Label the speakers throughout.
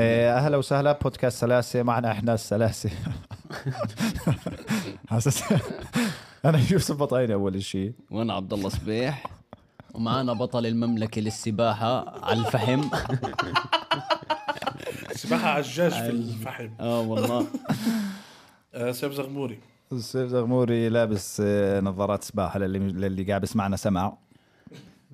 Speaker 1: اهلا إيه، وسهلا بودكاست سلاسه معنا احنا السلاسه حاسس انا يوسف بطايني اول شيء
Speaker 2: وانا عبد الله صبيح ومعانا بطل المملكه للسباحه على الفحم
Speaker 3: سباحة عجاج في الفحم
Speaker 2: اه والله
Speaker 3: آه، سيف زغموري
Speaker 1: السيف زغموري لابس آه، نظارات سباحه للي للي قاعد بسمعنا سمع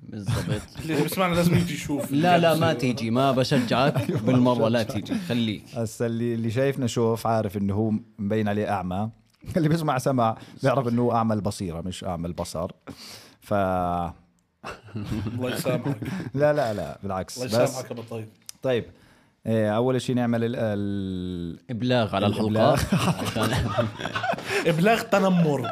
Speaker 2: بالضبط
Speaker 3: اللي بسمعنا لازم يجي يشوف
Speaker 2: لا لا ما تيجي ما بشجعك بالمره لا تيجي خليك
Speaker 1: هسا اللي اللي شايفنا شوف عارف انه هو مبين عليه اعمى اللي بيسمع سمع بيعرف انه هو اعمى البصيره مش اعمى البصر ف
Speaker 3: الله يسامحك
Speaker 1: لا لا لا بالعكس
Speaker 3: الله
Speaker 1: بس
Speaker 3: يسامحك ابو طيب
Speaker 1: طيب آه، اول شيء نعمل ال- ال...
Speaker 2: ابلاغ على الحلقه
Speaker 1: الإبلاغ.
Speaker 2: عشان-
Speaker 3: ابلاغ تنمر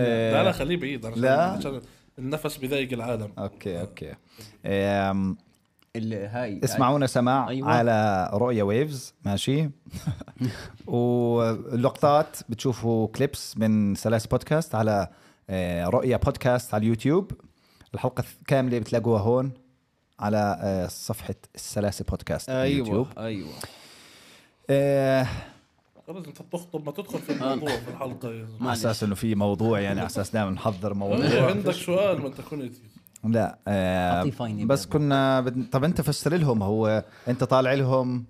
Speaker 2: آه،
Speaker 3: لا لا خليه بعيد أنا
Speaker 1: لا.
Speaker 3: عشان النفس بضايق العالم
Speaker 1: اوكي اوكي آم،
Speaker 2: ال- هاي
Speaker 1: اسمعونا سماع
Speaker 2: أيوة.
Speaker 1: أيوة. على رؤيا ويفز ماشي واللقطات بتشوفوا كليبس من سلاسل بودكاست على آه، رؤيا بودكاست على اليوتيوب الحلقة كاملة بتلاقوها هون على آه، صفحة السلاسل بودكاست على اليوتيوب
Speaker 2: ايوه ايوه
Speaker 1: آه،
Speaker 3: خلص انت بتخطب ما تدخل في الموضوع في الحلقة يا زلمة.
Speaker 1: على اساس انه في موضوع يعني على اساس دائما نحضر
Speaker 3: إيه،
Speaker 1: موضوع
Speaker 3: عندك سؤال ما انت كنت
Speaker 1: لا آه،
Speaker 2: أعطيه فاينة
Speaker 1: بس كنا بد... طب انت فسر لهم هو انت طالع لهم
Speaker 2: آه.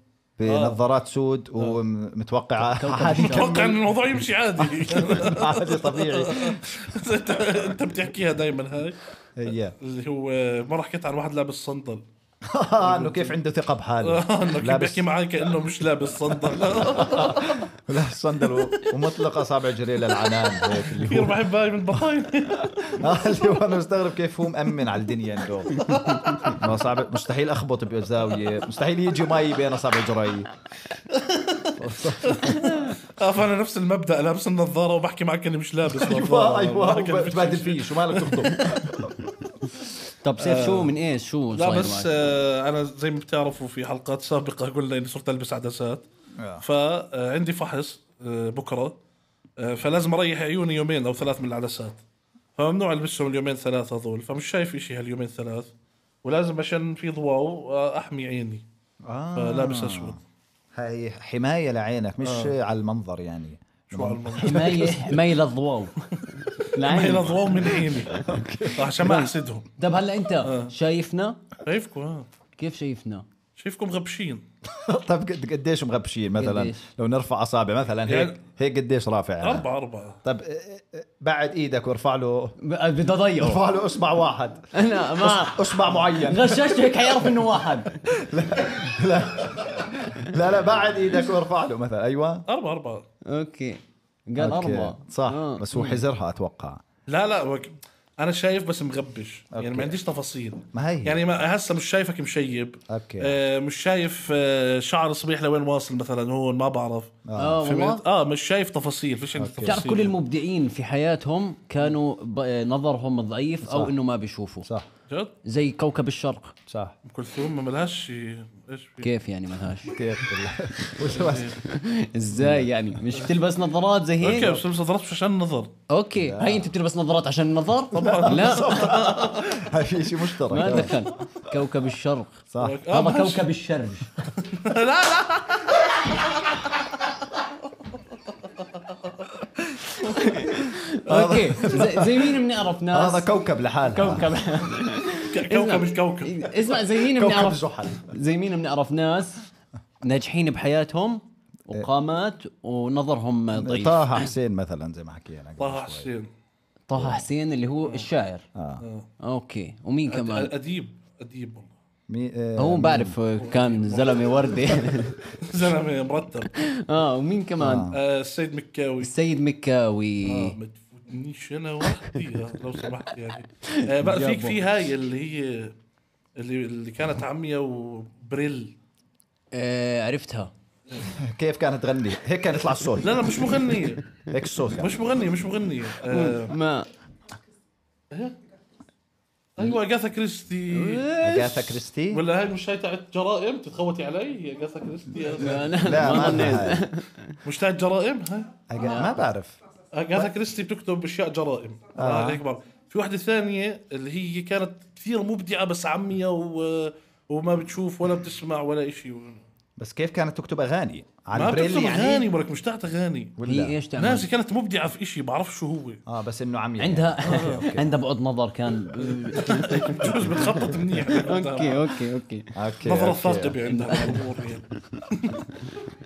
Speaker 1: بنظارات سود ومتوقعة عادي
Speaker 3: اتوقع ان الموضوع يمشي عادي
Speaker 1: عادي طبيعي
Speaker 3: انت انت بتحكيها دائما هاي
Speaker 1: هي
Speaker 3: اللي هو مره حكيت عن واحد لابس صندل
Speaker 1: انه آه، كيف عنده ثقه بحاله
Speaker 3: انه آه، كيف
Speaker 1: لابس
Speaker 3: بيحكي معي كانه مش لابس صندل
Speaker 1: لابس صندل و- ومطلق اصابع جريه للعنان هيك اللي
Speaker 3: كثير
Speaker 1: هو
Speaker 3: بحب هاي من بطايني
Speaker 1: آه، اللي هو انا مستغرب كيف هو مأمن على الدنيا عنده ما صعب مستحيل اخبط بزاويه مستحيل يجي مي بين اصابع جري
Speaker 3: اه فانا نفس المبدا لابس النظاره وبحكي معك اني مش لابس
Speaker 1: ايوه
Speaker 3: نظاره
Speaker 1: ايوه
Speaker 3: ما كان
Speaker 1: بتبادل فيه شو مالك تخطب
Speaker 2: طب سيف شو من ايش شو
Speaker 3: لا
Speaker 2: صاير
Speaker 3: بس
Speaker 2: معك؟
Speaker 3: آه، انا زي ما بتعرفوا في حلقات سابقه قلنا اني صرت البس عدسات
Speaker 1: آه.
Speaker 3: فعندي فحص آه، بكره آه، فلازم اريح عيوني يومين او ثلاث من العدسات فممنوع البسهم اليومين ثلاثه هذول فمش شايف شيء هاليومين ثلاث ولازم عشان في ضواو آه، احمي عيني فلابس اسود
Speaker 1: آه، هاي حمايه لعينك مش
Speaker 3: آه.
Speaker 1: على المنظر يعني
Speaker 3: شو هالمنظر
Speaker 2: حمايه حمايه للضواو
Speaker 3: هي
Speaker 2: العين
Speaker 3: ضواو من عيني عشان ما احسدهم
Speaker 2: نعم. طب هلا انت شايفنا
Speaker 3: شايفكم آه.
Speaker 2: كيف شايفنا
Speaker 3: شايفكم غبشين
Speaker 1: طب قد- قديش مغبشين مثلا
Speaker 2: قديش؟
Speaker 1: لو نرفع اصابع مثلا هيك
Speaker 3: يعني-
Speaker 1: هيك قديش رافع يعني؟
Speaker 3: اربعه اربعه
Speaker 1: طب إيه- إيه- بعد ايدك وارفع له
Speaker 2: بدي اضيعه
Speaker 1: ارفع له اصبع واحد
Speaker 2: انا ما
Speaker 1: اصبع معين
Speaker 2: غششت هيك حيعرف انه واحد
Speaker 1: لا لا بعد ايدك وارفع له مثلا ايوه
Speaker 3: اربعه اربعه
Speaker 2: اوكي قال
Speaker 1: أوكي.
Speaker 2: أربعة
Speaker 1: صح
Speaker 2: آه.
Speaker 1: بس هو حزرها اتوقع
Speaker 3: لا لا وك... انا شايف بس مغبش أوكي. يعني
Speaker 1: أوكي.
Speaker 3: ما عنديش تفاصيل
Speaker 1: ما هي.
Speaker 3: يعني ما هسه مش شايفك مشيب
Speaker 1: أوكي.
Speaker 3: آه مش شايف آه شعر صبيح لوين واصل مثلا هون ما بعرف
Speaker 2: اه
Speaker 1: آه.
Speaker 2: والله
Speaker 3: فهمت؟ اه مش شايف تفاصيل فيش عندي تفاصيل
Speaker 2: بتعرف كل المبدعين في حياتهم كانوا ب- آه، نظرهم ضعيف او انه ما بيشوفوا
Speaker 1: صح
Speaker 3: جد
Speaker 2: زي كوكب الشرق
Speaker 1: صح
Speaker 3: ام كلثوم ما ملهاش شي- ايش في
Speaker 2: كيف يعني ملهاش
Speaker 1: كيف
Speaker 2: ازاي يعني مش بتلبس نظارات زي
Speaker 3: اوكي
Speaker 2: هيك
Speaker 3: بس لبس نظارات مش عشان النظر
Speaker 2: اوكي هاي انت بتلبس نظارات عشان النظر لا
Speaker 1: هاي في شيء مشترك
Speaker 2: ما
Speaker 1: آه.
Speaker 2: دخل كوكب الشرق
Speaker 1: صح
Speaker 2: هذا
Speaker 3: آه ماشي.
Speaker 2: كوكب الشرج
Speaker 3: لا لا
Speaker 2: اوكي زي- زي مين بنعرف ناس
Speaker 1: آه، هذا كوكب لحاله
Speaker 2: كوكب
Speaker 3: ك- كوكب الكوكب
Speaker 2: اسمع زي مين
Speaker 1: كوكب
Speaker 2: بنعرف
Speaker 1: زحل
Speaker 2: زي مين بنعرف ناس ناجحين بحياتهم وقامات ونظرهم ضعيف
Speaker 1: إيه. طه حسين مثلا زي ما حكينا قبل
Speaker 3: طه
Speaker 1: شوي.
Speaker 3: حسين
Speaker 2: طه حسين اللي هو الشاعر
Speaker 1: آه.
Speaker 2: اوكي ومين كمان
Speaker 3: اديب اديب والله
Speaker 1: مي... آه،
Speaker 2: هو بعرف كان زلمه وردي
Speaker 3: زلمه مرتب
Speaker 2: اه ومين كمان
Speaker 3: آه السيد مكاوي
Speaker 2: السيد مكاوي
Speaker 3: آه، ما تفوتنيش انا وحدي لو سمحت يعني آه بقى فيك في هاي اللي هي اللي اللي كانت عمية وبريل
Speaker 2: آه عرفتها
Speaker 1: كيف كانت تغني هيك كان يطلع الصوت
Speaker 3: لا لا مش مغنية
Speaker 1: هيك الصوت يعني.
Speaker 3: مش مغنية مش مغنية آه
Speaker 2: ما
Speaker 3: ايوه اجاثا كريستي
Speaker 1: اجاثا كريستي
Speaker 3: ولا هاي مش هاي تاعت جرائم تتخوتي علي اجاثا كريستي هذا.
Speaker 2: انا
Speaker 1: لا
Speaker 2: ما
Speaker 1: ما
Speaker 2: ظنيت.
Speaker 1: عندنا هاي.
Speaker 3: مش تاعت جرائم هاي
Speaker 1: أجا- ما بعرف
Speaker 3: اجاثا كريستي بتكتب اشياء جرائم آه. في واحدة ثانية اللي هي كانت كثير مبدعة بس عمية و وما بتشوف ولا بتسمع ولا شيء
Speaker 1: بس كيف كانت تكتب اغاني على
Speaker 3: ما
Speaker 1: البريل
Speaker 3: بتكتب
Speaker 1: يعني
Speaker 3: اغاني ولك مش تحت اغاني
Speaker 2: هي
Speaker 1: ولا
Speaker 2: ايش تعمل؟
Speaker 3: ناسي كانت مبدعه في شيء بعرف شو هو
Speaker 1: اه بس انه عم يعني.
Speaker 2: عندها
Speaker 3: آه،
Speaker 1: أوكي.
Speaker 2: عندها بعد نظر كان
Speaker 3: بجوز بتخطط منيح
Speaker 2: اوكي اوكي اوكي
Speaker 1: اوكي
Speaker 3: نظرة
Speaker 1: أوكي.
Speaker 3: ثاقبة عندها الامور يعني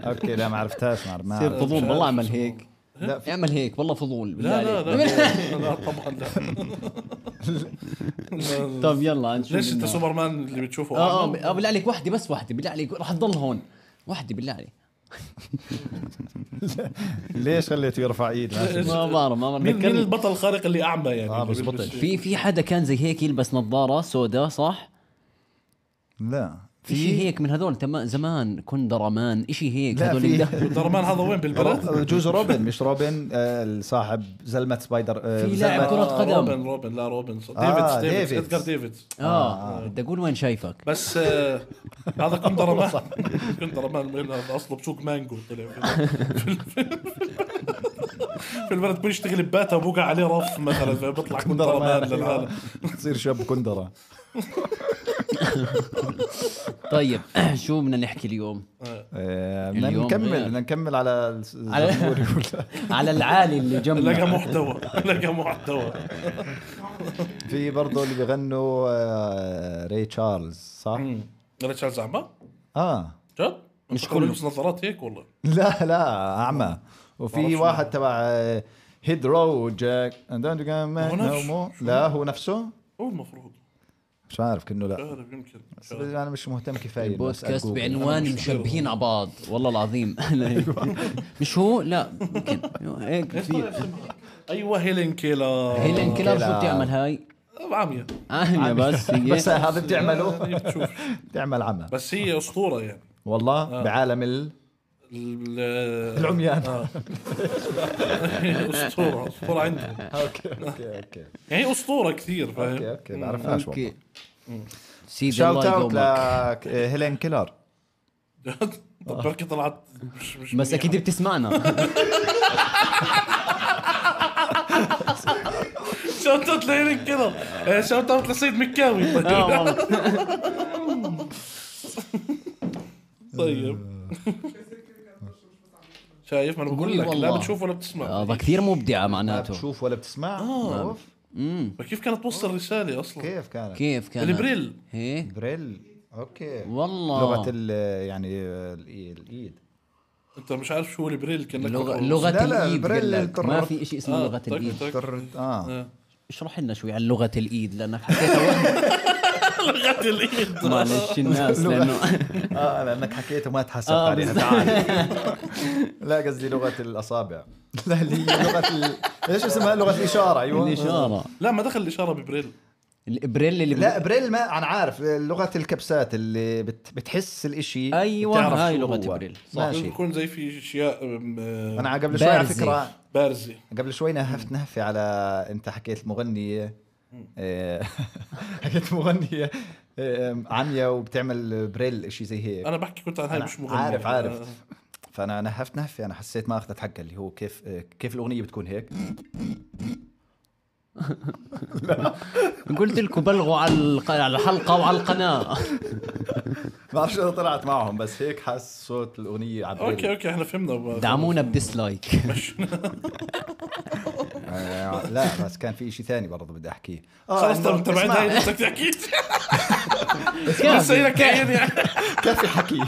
Speaker 1: اوكي لا ما عرفتهاش ما عرف- ما
Speaker 2: يصير
Speaker 1: عرف.
Speaker 2: فضول
Speaker 3: عارف
Speaker 2: والله
Speaker 3: شو
Speaker 2: اعمل
Speaker 3: اسمه.
Speaker 2: هيك
Speaker 1: لا في-
Speaker 2: اعمل هيك والله فضول بالله
Speaker 3: لا لا
Speaker 2: عليك.
Speaker 3: لا لا طبعا لا لا.
Speaker 2: طب طيب، يلا نشوف
Speaker 3: ليش انت
Speaker 2: إنه-
Speaker 3: سوبرمان اللي بتشوفه
Speaker 2: اه
Speaker 3: أعمى؟
Speaker 2: آه، آه، بالله عليك وحده بس وحده بالله عليك راح تضل هون وحده بالله عليك
Speaker 1: ليش خليته يرفع ايد ما أدري.
Speaker 2: ما بعرف ما بعرف
Speaker 3: مين مين
Speaker 2: ذكرني.
Speaker 3: البطل الخارق اللي اعمى يعني
Speaker 1: آه،
Speaker 3: اللي
Speaker 1: بزبط.
Speaker 3: بيلبس-
Speaker 2: في في حدا كان زي هيك يلبس نظاره سوداء صح؟
Speaker 1: لا
Speaker 2: في شيء هيك من هذول تما زمان كندرمان شيء هيك
Speaker 1: لا
Speaker 2: هذول
Speaker 1: في-
Speaker 2: اللي-
Speaker 3: درمان هذا وين بالبلد؟
Speaker 1: رو- جوز روبن مش روبن آه، صاحب زلمه سبايدر آه،
Speaker 2: في
Speaker 1: زلمة-
Speaker 2: لاعب كرة
Speaker 3: آه،
Speaker 2: قدم.
Speaker 3: روبن روبن لا روبن
Speaker 1: آه،
Speaker 3: ديفيد ديفيد
Speaker 1: ديفيدز.
Speaker 3: ادجار ديفيد
Speaker 2: اه بدي اقول وين شايفك
Speaker 3: بس آه، هذا كنت رمان كنت رمان وين هذا اصله بسوق مانجو طلع في- في البلد بيشتغل بباتا وبوقع عليه رف مثلا فبيطلع كنت رمان للعالم
Speaker 1: تصير شاب كندره
Speaker 2: طيب شو بدنا نحكي اليوم؟
Speaker 1: آه، بدنا
Speaker 2: اليوم
Speaker 1: نكمل
Speaker 2: غير.
Speaker 1: بدنا نكمل على الس-
Speaker 2: على-
Speaker 1: الزبور يقول.
Speaker 2: على العالي اللي
Speaker 3: لقى
Speaker 2: جنبنا
Speaker 3: محتوى لقى محتوى
Speaker 1: في برضه اللي بيغنوا آه، ري تشارلز صح؟
Speaker 3: ريتشارلز عمى
Speaker 1: اه
Speaker 3: جد؟
Speaker 2: مش
Speaker 3: مش كله
Speaker 2: كله.
Speaker 3: يلبس نظارات هيك والله
Speaker 1: لا لا اعمى وفي
Speaker 3: معرفش
Speaker 1: واحد تبع آه، هيد رو جاك هو
Speaker 3: نفسه.
Speaker 1: لا هو نفسه
Speaker 3: هو المفروض
Speaker 1: مش عارف كأنه
Speaker 3: مش
Speaker 2: أه.
Speaker 1: لا
Speaker 3: عارف يمكن
Speaker 1: بس انا مش مهتم كفايه إنه أسأل
Speaker 2: بودكاست
Speaker 1: جوجل.
Speaker 2: بعنوان مشبهين على بعض والله العظيم
Speaker 3: أيوة.
Speaker 2: مش هو؟ لا يمكن هيك في
Speaker 3: ايوه هيلين كيلر
Speaker 2: هيلين كيلر شو
Speaker 1: كلا.
Speaker 2: بتعمل هاي؟
Speaker 3: عمية
Speaker 2: عامية بس هي
Speaker 3: إيه،
Speaker 1: بس إيه؟ هذا بتعمله
Speaker 3: آه، بتشوف
Speaker 1: بتعمل عمى
Speaker 3: بس هي اسطوره يعني
Speaker 1: والله بعالم ال...
Speaker 3: ال-
Speaker 1: العميان
Speaker 3: آه. اسطوره اسطوره يعني عندهم
Speaker 1: اوكي اوكي اوكي
Speaker 3: يعني اسطوره كثير
Speaker 1: اوكي
Speaker 3: فاهم
Speaker 1: اوكي بعرفهاش والله
Speaker 2: اوكي سيدي
Speaker 1: شاوت
Speaker 2: الله
Speaker 1: اوت
Speaker 2: يقومك
Speaker 1: لهيلين آه، كيلر
Speaker 3: طب بركي طلعت مش مش
Speaker 2: بس
Speaker 3: منيحة.
Speaker 2: اكيد بتسمعنا
Speaker 3: شوت اوت لهيلين كيلر آه، شوت اوت لسيد مكاوي
Speaker 2: آه،
Speaker 3: طيب.
Speaker 2: والله.
Speaker 3: طيب شايف ما انا بقول
Speaker 2: قولي
Speaker 3: لك لا
Speaker 2: والله. آه.
Speaker 3: بتشوف ولا بتسمع
Speaker 2: هذا كثير مبدعه
Speaker 1: لا
Speaker 2: معناته
Speaker 1: آه، بتشوف ولا بتسمع
Speaker 2: آه.
Speaker 1: أوف.
Speaker 3: كيف كانت توصل رساله اصلا
Speaker 1: كيف إيه؟ كانت
Speaker 2: كيف كان
Speaker 3: البريل.
Speaker 2: ايه
Speaker 1: بريل اوكي
Speaker 2: والله
Speaker 1: لغه ال يعني ال- الايد
Speaker 3: انت مش عارف شو البريل كانك
Speaker 2: لغه
Speaker 3: بتقول.
Speaker 2: لغه
Speaker 1: لا، لا،
Speaker 2: الايد
Speaker 1: البريل
Speaker 2: قال لك. ما
Speaker 1: التراب.
Speaker 2: في شيء اسمه
Speaker 3: آه،
Speaker 2: لغه
Speaker 3: طق،
Speaker 2: الايد
Speaker 3: طق.
Speaker 1: ترد- اه
Speaker 3: آه.
Speaker 2: اشرح لنا شوي عن لغه الايد لانك حكيتها
Speaker 3: لغه الايد
Speaker 2: معلش الناس لانه
Speaker 1: اه لانك حكيته ما تحسبت
Speaker 2: آه،
Speaker 1: عليها تعال لا قصدي لغه الاصابع لا اللي هي لغه ال... ايش اسمها لغه الاشاره ايوه
Speaker 2: الاشاره
Speaker 3: لا ما دخل الاشاره ببريل
Speaker 2: الابريل اللي
Speaker 1: لا بريل ما انا عارف لغه الكبسات اللي بت... بتحس الاشي
Speaker 2: أيوة،
Speaker 1: بتعرف
Speaker 2: هاي
Speaker 1: شو
Speaker 2: لغة
Speaker 1: هو.
Speaker 2: بريل. صح.
Speaker 1: ماشي
Speaker 3: بكون زي في اشياء أم، آه،
Speaker 1: انا قبل شوي على
Speaker 2: بارزة.
Speaker 1: فكره
Speaker 3: بارزه
Speaker 1: قبل شوي نهفت نهفة على انت حكيت مغنية إيه، حكيت مغنية إيه، عمية وبتعمل بريل اشي زي هيك
Speaker 3: انا بحكي كنت عن هاي
Speaker 1: أنا
Speaker 3: مش مغني
Speaker 1: عارف
Speaker 3: آه.
Speaker 1: عارف فانا نهفت نهفة انا حسيت ما اخذت حقها اللي هو كيف إيه، كيف الاغنية بتكون هيك
Speaker 2: قلت لكم بلغوا على الق- على الحلقه وعلى القناه
Speaker 1: ما بعرف شو طلعت معهم بس هيك حس صوت الاغنية على بريل.
Speaker 3: اوكي اوكي احنا فهمنا
Speaker 2: دعمونا بديسلايك
Speaker 1: آه، لا بس كان في اشي ثاني برضه بدي احكيه آه،
Speaker 3: خلص
Speaker 1: إنه-
Speaker 3: طب انت بعد
Speaker 1: اسمع،
Speaker 3: هاي بدك تحكي بس هي لك عين يعني
Speaker 1: كفي حكي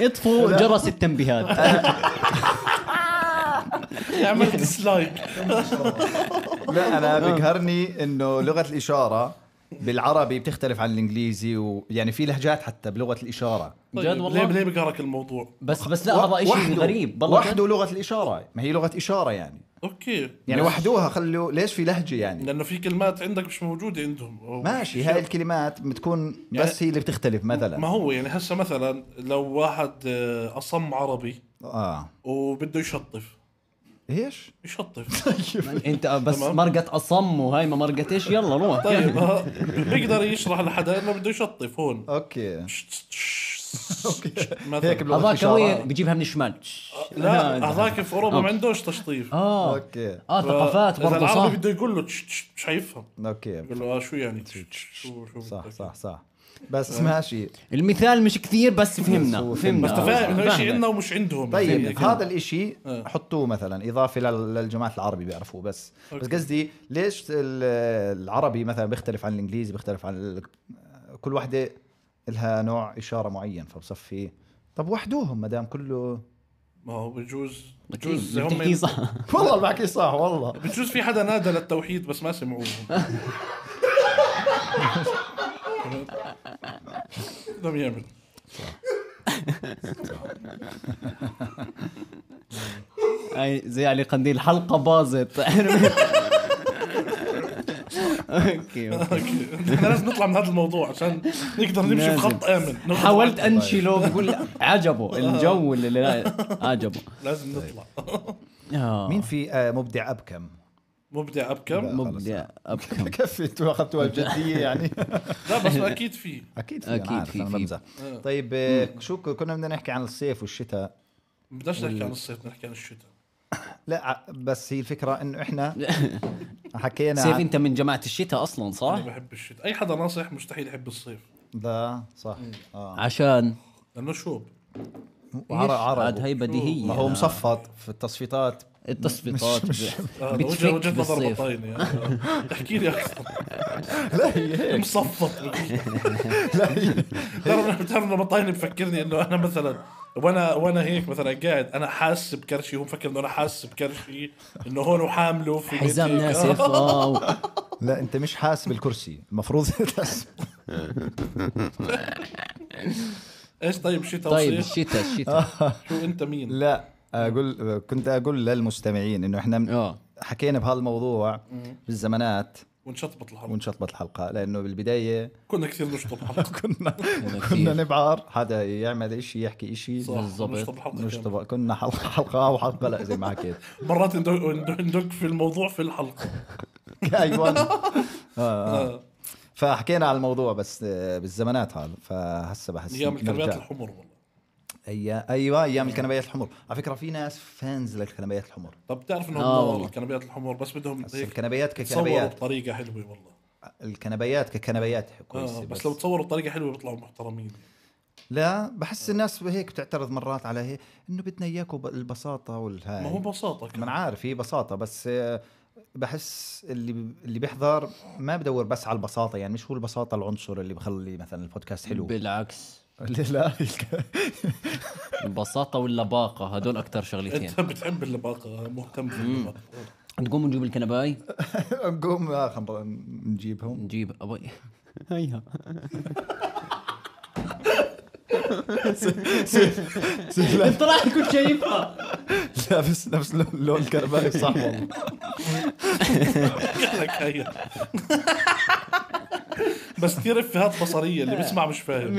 Speaker 2: اطفوا جرس التنبيهات
Speaker 3: اعمل ديسلايك
Speaker 1: لا انا بقهرني انه لغه الاشاره بالعربي بتختلف عن الانجليزي ويعني في لهجات حتى بلغه الاشاره
Speaker 2: جد
Speaker 3: طيب،
Speaker 2: والله؟
Speaker 3: ليه ليه بقهرك الموضوع
Speaker 2: بس بس لا هذا شيء
Speaker 1: وحده-
Speaker 2: غريب والله جد.
Speaker 1: وحده لغه الاشاره ما هي لغه اشاره يعني
Speaker 3: اوكي
Speaker 1: يعني وحدوها خلوا ليش في لهجه يعني
Speaker 3: لانه في كلمات عندك مش موجوده عندهم أو
Speaker 1: ماشي
Speaker 3: أشياء.
Speaker 1: هاي الكلمات بتكون بس هي اللي بتختلف
Speaker 3: ما
Speaker 1: مثلا
Speaker 3: هو يعني هسه مثلا لو واحد آه، اصم عربي
Speaker 1: اه
Speaker 3: وبده يشطف
Speaker 1: ايش
Speaker 3: يشطف
Speaker 2: انت بس
Speaker 3: تمام.
Speaker 2: مرقة اصم وهاي ما مرقتش يلا روح
Speaker 3: طيب آه، بيقدر يشرح لحدا انه بده يشطف هون
Speaker 1: اوكي
Speaker 3: مثلا
Speaker 1: هيك بلغه
Speaker 2: هذاك هو
Speaker 1: الاشاره
Speaker 2: بيجيبها من الشمال
Speaker 3: آه، لا هذاك في اوروبا ما عندوش تشطيف
Speaker 2: اه
Speaker 1: اوكي
Speaker 2: اه ثقافات
Speaker 3: إذا
Speaker 2: برضه صح
Speaker 3: العربي بده يقول له تش- تش- مش حيفهم
Speaker 1: اوكي
Speaker 3: يقول له اه شو يعني تش- تش- شو شو
Speaker 1: صح
Speaker 3: بدك؟
Speaker 1: صح صح بس ماشي
Speaker 2: المثال مش كثير بس فهمنا
Speaker 1: بس
Speaker 2: فهمنا
Speaker 3: بس أنت فاهم انه شيء
Speaker 2: فاهمك.
Speaker 3: عندنا ومش عندهم يعني
Speaker 1: طيب
Speaker 3: كده. آه.
Speaker 1: هذا الاشي حطوه مثلا اضافه لل- للجماعه العربي بيعرفوه بس بس
Speaker 3: أوكي.
Speaker 1: قصدي ليش ال- العربي مثلا بيختلف عن الانجليزي بيختلف عن ال- كل وحده لها نوع اشاره معين فبصفي طب وحدوهم ما دام كله
Speaker 3: ما هو بجوز بجوز
Speaker 2: أكيد،
Speaker 3: هم
Speaker 2: بتحكي صح
Speaker 1: والله اللي بحكي صح والله
Speaker 3: بجوز في حدا نادى للتوحيد بس ما سمعوه لم يعمل
Speaker 2: أي زي علي قنديل حلقه باظت اوكي أوكي.
Speaker 3: اوكي احنا لازم نطلع من هذا الموضوع عشان نقدر نمشي
Speaker 2: لازم.
Speaker 3: بخط امن ناخد
Speaker 2: حاولت
Speaker 3: راحتنا.
Speaker 2: انشله بقول
Speaker 3: آه.
Speaker 2: عجبه الجو اللي لا عجبه
Speaker 3: لازم
Speaker 1: طيب.
Speaker 3: نطلع
Speaker 2: آه.
Speaker 1: مين في آه، مبدع ابكم
Speaker 3: مبدع ابكم
Speaker 2: مبدع ابكم
Speaker 1: كفي انتوا اخذتوها بجديه يعني
Speaker 3: لا بس اكيد في
Speaker 1: اكيد في
Speaker 2: أكيد
Speaker 1: اكيد
Speaker 2: في-
Speaker 1: في
Speaker 2: في.
Speaker 1: انا بمزح طيب آه، شو ك- كنا بدنا نحكي عن الصيف والشتاء
Speaker 3: بدناش نحكي عن الصيف نحكي عن الشتاء
Speaker 1: لا ع- بس هي الفكره انه احنا
Speaker 3: نعم.
Speaker 1: حكينا
Speaker 2: سيف
Speaker 1: عن
Speaker 2: انت من جماعه الشتاء اصلا صح؟
Speaker 3: انا بحب الشتاء اي حدا ناصح مستحيل يحب الصيف
Speaker 1: لا صح اه
Speaker 2: عشان
Speaker 3: لانه شوب
Speaker 1: وعرق عرق
Speaker 2: عاد هاي بديهيه
Speaker 1: ما هو مصفط في التصفيطات
Speaker 2: التصفيطات ب-
Speaker 3: آه،
Speaker 2: بتفك
Speaker 3: وجه- وجهه نظر
Speaker 2: بالصيف.
Speaker 3: بطاينه يعني. احكي لي اكثر
Speaker 1: لا هي هيك
Speaker 3: مصفط
Speaker 1: لا هي
Speaker 3: ترى بتعرف انه بطاينه بفكرني انه انا مثلا وانا وانا هيك مثلا قاعد انا حاسس بكرشي هو مفكر انه انا حاسس بكرشي انه هون وحامله في بيتي.
Speaker 2: حزام آه، ناسف واو
Speaker 1: لا انت مش حاسب الكرسي المفروض تحس-
Speaker 3: ايش طيب شتاء
Speaker 2: طيب
Speaker 3: وصيف
Speaker 2: الشتاء الشتاء
Speaker 3: شو انت مين؟
Speaker 1: لا اقول كنت اقول للمستمعين انه احنا من-
Speaker 2: اه
Speaker 1: حكينا بهالموضوع بالزمانات
Speaker 3: ونشطبط الحرب
Speaker 1: ونشطبت الحلقه لانه بالبدايه
Speaker 3: كنا كثير نشطب الحلقه
Speaker 1: كنا كنا نبعر حدا يعمل إشي يحكي إشي
Speaker 3: صح،
Speaker 2: بالضبط.
Speaker 3: نشطب الحلقه كاملة.
Speaker 1: نشطب كنا حلقه حلقه او حلقه لا زي ما حكيت
Speaker 3: مرات ندق- ندق ندق في الموضوع في الحلقه
Speaker 1: ايوه
Speaker 3: آه،
Speaker 1: فحكينا على الموضوع بس آه، بالزمانات هذا فهسه بحس
Speaker 3: ايام الكلمات
Speaker 1: نرجع.
Speaker 3: الحمر والله
Speaker 1: أي... ايوه ايام الكنبيات الحمر على فكره في ناس فانز للكنبيات الحمر
Speaker 3: طب بتعرف انهم
Speaker 2: آه،
Speaker 3: نار
Speaker 2: والله.
Speaker 3: الكنبيات الحمر بس بدهم
Speaker 1: بس
Speaker 3: هيك
Speaker 1: الكنبيات
Speaker 3: تصوروا
Speaker 1: ككنبيات
Speaker 3: بطريقه حلوه والله
Speaker 1: الكنبيات ككنبيات كويسه
Speaker 3: آه بس لو تصوروا بطريقه حلوه بيطلعوا محترمين
Speaker 1: لا بحس الناس هيك بتعترض مرات على هيك انه بدنا اياكم ب- البساطه والهاي يعني
Speaker 3: ما هو ببساطه
Speaker 1: ما انا
Speaker 3: كان.
Speaker 1: عارف هي بساطه بس آه، بحس اللي اللي بيحضر ما بدور بس على البساطه يعني مش هو البساطه العنصر اللي بخلي مثلا البودكاست حلو
Speaker 2: بالعكس
Speaker 1: لا
Speaker 2: البساطه واللباقه هدول اكثر شغلتين
Speaker 3: انت بتحب اللباقه مهتم في اللباقه
Speaker 2: نقوم نجيب الكنباي
Speaker 1: نقوم آه، خلنا نجيبهم
Speaker 2: نجيب ابوي هيها انت راح تكون شايفها
Speaker 1: لابس نفس لون- لون كربالي صح والله
Speaker 3: لك هي بس كثير افيهات بصريه اللي بسمع مش فاهم بس.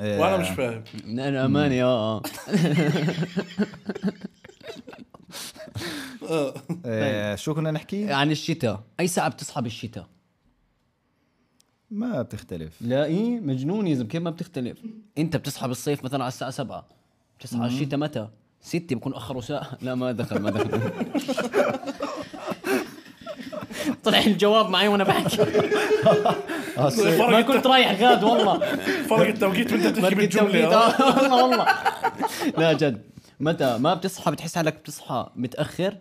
Speaker 2: 100%
Speaker 3: وانا آه. مش فاهم
Speaker 2: انا اماني اه آه.
Speaker 1: آه، شو كنا نحكي؟
Speaker 2: عن يعني الشتاء اي ساعه بتصحى بالشتاء
Speaker 1: ما بتختلف
Speaker 2: لا ايه مجنون يا زلمه كيف ما بتختلف انت بتصحى بالصيف مثلا على الساعه 7 بتصحى على الشتاء متى 6 بكون اخروا ساعه لا ما دخل ما دخل طلع الجواب معي وانا بحكي
Speaker 1: آه، صيف.
Speaker 2: ما كنت رايح غاد والله
Speaker 3: فرق التوقيت وانت بتحكي
Speaker 2: فرق التوقيت
Speaker 3: بالجمله آه.
Speaker 2: آه، والله والله لا جد متى ما بتصحى بتحس حالك بتصحى متاخر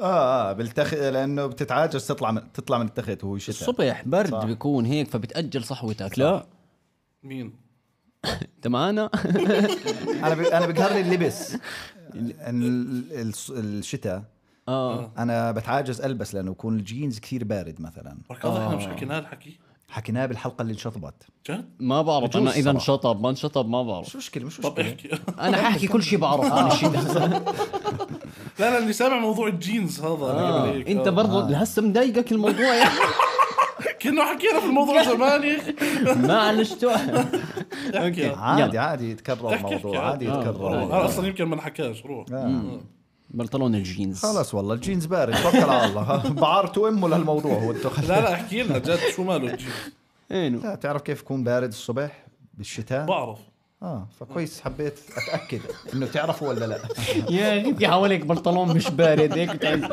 Speaker 1: اه اه بالتخ لانه بتتعاجز تطلع من تطلع من التخت وهو شتاء
Speaker 2: الصبح برد بيكون هيك فبتاجل صحوتك لا
Speaker 3: مين؟
Speaker 2: انت معانا
Speaker 1: انا ب... انا بقهرني اللبس ال... ال... الص- الشتاء
Speaker 2: اه
Speaker 1: انا بتعاجز البس لانه بكون الجينز كثير بارد مثلا
Speaker 3: برك هذا احنا مش حكينا الحكي
Speaker 1: حكيناه بالحلقه اللي انشطبت
Speaker 3: جد؟
Speaker 2: ما بعرف
Speaker 1: بجوز
Speaker 2: انا اذا
Speaker 1: صراحة.
Speaker 2: انشطب ما انشطب ما بعرف
Speaker 1: شو مشكله مش
Speaker 3: طب
Speaker 1: مشكله
Speaker 3: احكي
Speaker 2: انا حاحكي كل شيء بعرفه عن الشتاء
Speaker 3: لا لا اللي سامع موضوع الجينز هذا أنا قبل هيك.
Speaker 2: انت
Speaker 3: آه.
Speaker 2: برضه لهسه مضايقك الموضوع يعني. يا أخي.
Speaker 3: كنا حكينا في الموضوع زمان يا اخي
Speaker 2: معلش تو-
Speaker 3: احكي
Speaker 2: أوكي.
Speaker 1: عادي
Speaker 2: يلا.
Speaker 1: عادي يتكرر
Speaker 3: احكي احكي
Speaker 1: الموضوع عادي
Speaker 3: آه. آه،
Speaker 1: يتكرر
Speaker 3: هذا اصلا يمكن ما انحكاش روح آه.
Speaker 2: بنطلون الجينز
Speaker 1: خلاص والله الجينز بارد توكل على الله بعرتوا امه لهالموضوع هو انتو خل-
Speaker 3: لا لا احكي لنا جد شو ماله الجينز
Speaker 2: اينو
Speaker 1: لا تعرف كيف يكون بارد الصبح بالشتاء
Speaker 3: بعرف
Speaker 1: اه فكويس حبيت اتاكد انه تعرفوا ولا لا
Speaker 2: يا اخي في حواليك بنطلون مش بارد هيك بتعز-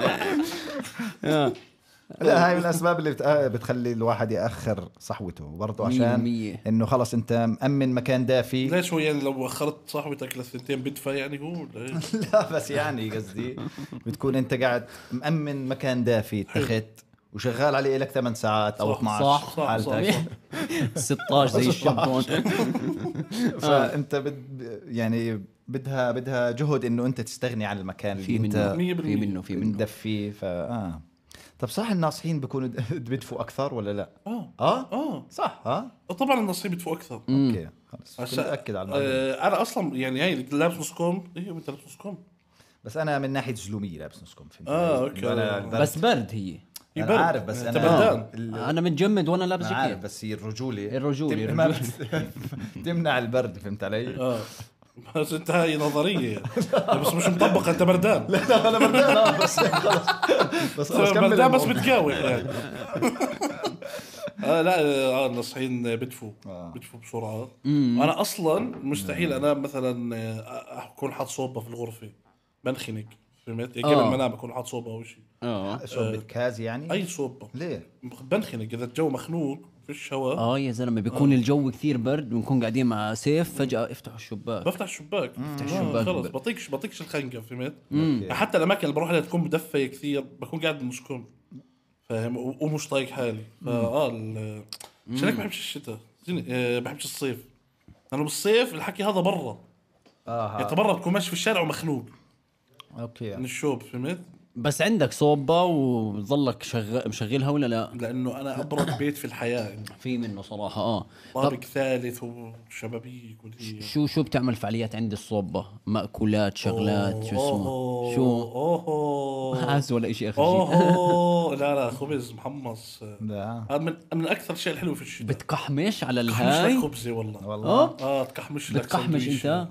Speaker 2: آه.
Speaker 1: لا هاي من الاسباب اللي بت- آه، بتخلي الواحد ياخر صحوته برضه
Speaker 2: مية
Speaker 1: عشان
Speaker 2: مية.
Speaker 1: انه خلص انت مأمن مكان دافي
Speaker 3: ليش هو يعني لو اخرت صاحبتك للثنتين بدفع يعني هو لا.
Speaker 1: لا بس يعني قصدي بتكون انت قاعد مأمن مكان دافي اتخذت وشغال عليه لك 8 ساعات او
Speaker 3: صح،
Speaker 1: 12
Speaker 2: صح،
Speaker 3: صح،
Speaker 1: حالتك.
Speaker 3: صح.
Speaker 2: 16 زي الشبون
Speaker 1: فانت بد يعني بدها بدها جهد انه انت تستغني عن المكان اللي
Speaker 2: في
Speaker 1: انت
Speaker 2: منه
Speaker 3: مية
Speaker 2: في
Speaker 3: بالمية.
Speaker 2: منه في منه
Speaker 1: مندف فيه ف اه طب صح الناصحين بيكونوا د- بدفوا اكثر ولا لا؟
Speaker 3: اه
Speaker 1: اه
Speaker 3: اه
Speaker 1: صح اه
Speaker 3: طبعا النصيب بدفع اكثر
Speaker 1: اوكي خلص كنت
Speaker 3: عشان-
Speaker 1: اتاكد على الموضوع
Speaker 3: آه انا اصلا يعني هاي لابس نص كوم ايوه انت لابس نص كوم
Speaker 1: بس انا من ناحيه جلوميه لابس نصكم فهمت
Speaker 3: آه،
Speaker 1: علي؟
Speaker 3: أوكي.
Speaker 1: إنه أنا برد.
Speaker 2: بس برد هي
Speaker 1: أنا
Speaker 3: يبرد. يعني
Speaker 1: عارف بس
Speaker 3: أنت
Speaker 1: أنا-
Speaker 3: بردان
Speaker 1: ال-
Speaker 2: انا متجمد وانا لابس
Speaker 1: أنا عارف
Speaker 2: جاكيت
Speaker 1: بس هي الرجوله
Speaker 2: الرجولة،
Speaker 1: تم- ما بت- تمنع البرد فهمت علي؟
Speaker 3: اه بس انت هاي نظريه بس مش مطبقه انت بردان
Speaker 1: لا انا بردان آه، بس خلص بس خلص كمل
Speaker 3: بردان بس
Speaker 1: الموضوع.
Speaker 3: بتقاوح يعني آه لا آه النصحين بدفوا
Speaker 1: آه.
Speaker 3: بدفوا بسرعه انا اصلا مستحيل انام مثلا آه، اكون حاط صوبه في الغرفه بنخنق فهمت؟ يعني
Speaker 2: آه.
Speaker 3: قبل ما انام اكون حاط صوبه او شيء
Speaker 2: اه
Speaker 3: آه.
Speaker 1: شو بالكاز يعني؟
Speaker 3: اي صوبه
Speaker 1: ليه؟
Speaker 3: بنخنق اذا الجو مخنوق فيش هواء
Speaker 2: اه يا زلمه بيكون الجو كثير برد ونكون قاعدين مع سيف فجاه افتحوا الشباك
Speaker 3: بفتح الشباك بفتح
Speaker 2: الشباك.
Speaker 3: خلص بطيقش بطيقش الخنقه فهمت؟
Speaker 1: أوكي.
Speaker 3: حتى الاماكن اللي بروح لها تكون مدفيه كثير بكون قاعد مسكون فاهم و- ومش طايق حالي فا اه ال- عشان هيك بحبش الشتاء زين- آه، بحبش الصيف لانه بالصيف الحكي هذا برا
Speaker 1: اه
Speaker 3: انت برا بتكون ماشي في الشارع ومخنوق من
Speaker 1: اوكي
Speaker 3: الشوب فهمت؟
Speaker 2: بس عندك صوبه وظلك شغ... مشغلها ولا لا
Speaker 3: لانه انا ابرد بيت في الحياه يعني
Speaker 2: في منه صراحه اه طب
Speaker 3: طابق ثالث وشبابيك والهي
Speaker 2: شو شو بتعمل فعاليات عند الصوبه مأكولات شغلات شو اسمه
Speaker 3: أوه،
Speaker 2: شو
Speaker 3: اوه
Speaker 2: حاس ولا شيء اخر شيء
Speaker 3: اوه لا لا خبز محمص
Speaker 1: لا
Speaker 3: هذا من من اكثر شيء الحلو في الشتاء
Speaker 2: بتقحمش على
Speaker 3: تكحمش لك
Speaker 2: الهاي
Speaker 3: خبزه والله
Speaker 1: والله
Speaker 2: اه
Speaker 3: اه تكحمش لك
Speaker 2: بتقحمش
Speaker 3: سندويشة.
Speaker 2: انت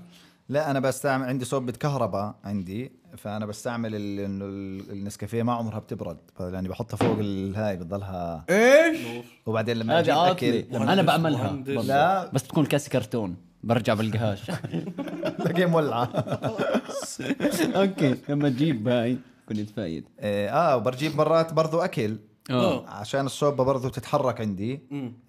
Speaker 1: لا انا بستعمل عندي صوبة كهرباء عندي فانا بستعمل ال- انه ال- النسكافيه ما عمرها بتبرد يعني بحطها فوق الهاي بتضلها
Speaker 2: ايش
Speaker 1: وبعدين لما اجيب
Speaker 2: هذه عاطلة
Speaker 1: اكل
Speaker 2: انا بعملها
Speaker 3: مهندس.
Speaker 2: برضه.
Speaker 1: لا.
Speaker 2: بس تكون كاس كرتون برجع بلقهاش
Speaker 1: تلاقيها مولعه
Speaker 2: اوكي لما تجيب هاي كنت فايد
Speaker 1: إيه، اه وبرجيب مرات برضو اكل
Speaker 2: اه
Speaker 1: عشان الصوبة برضو تتحرك عندي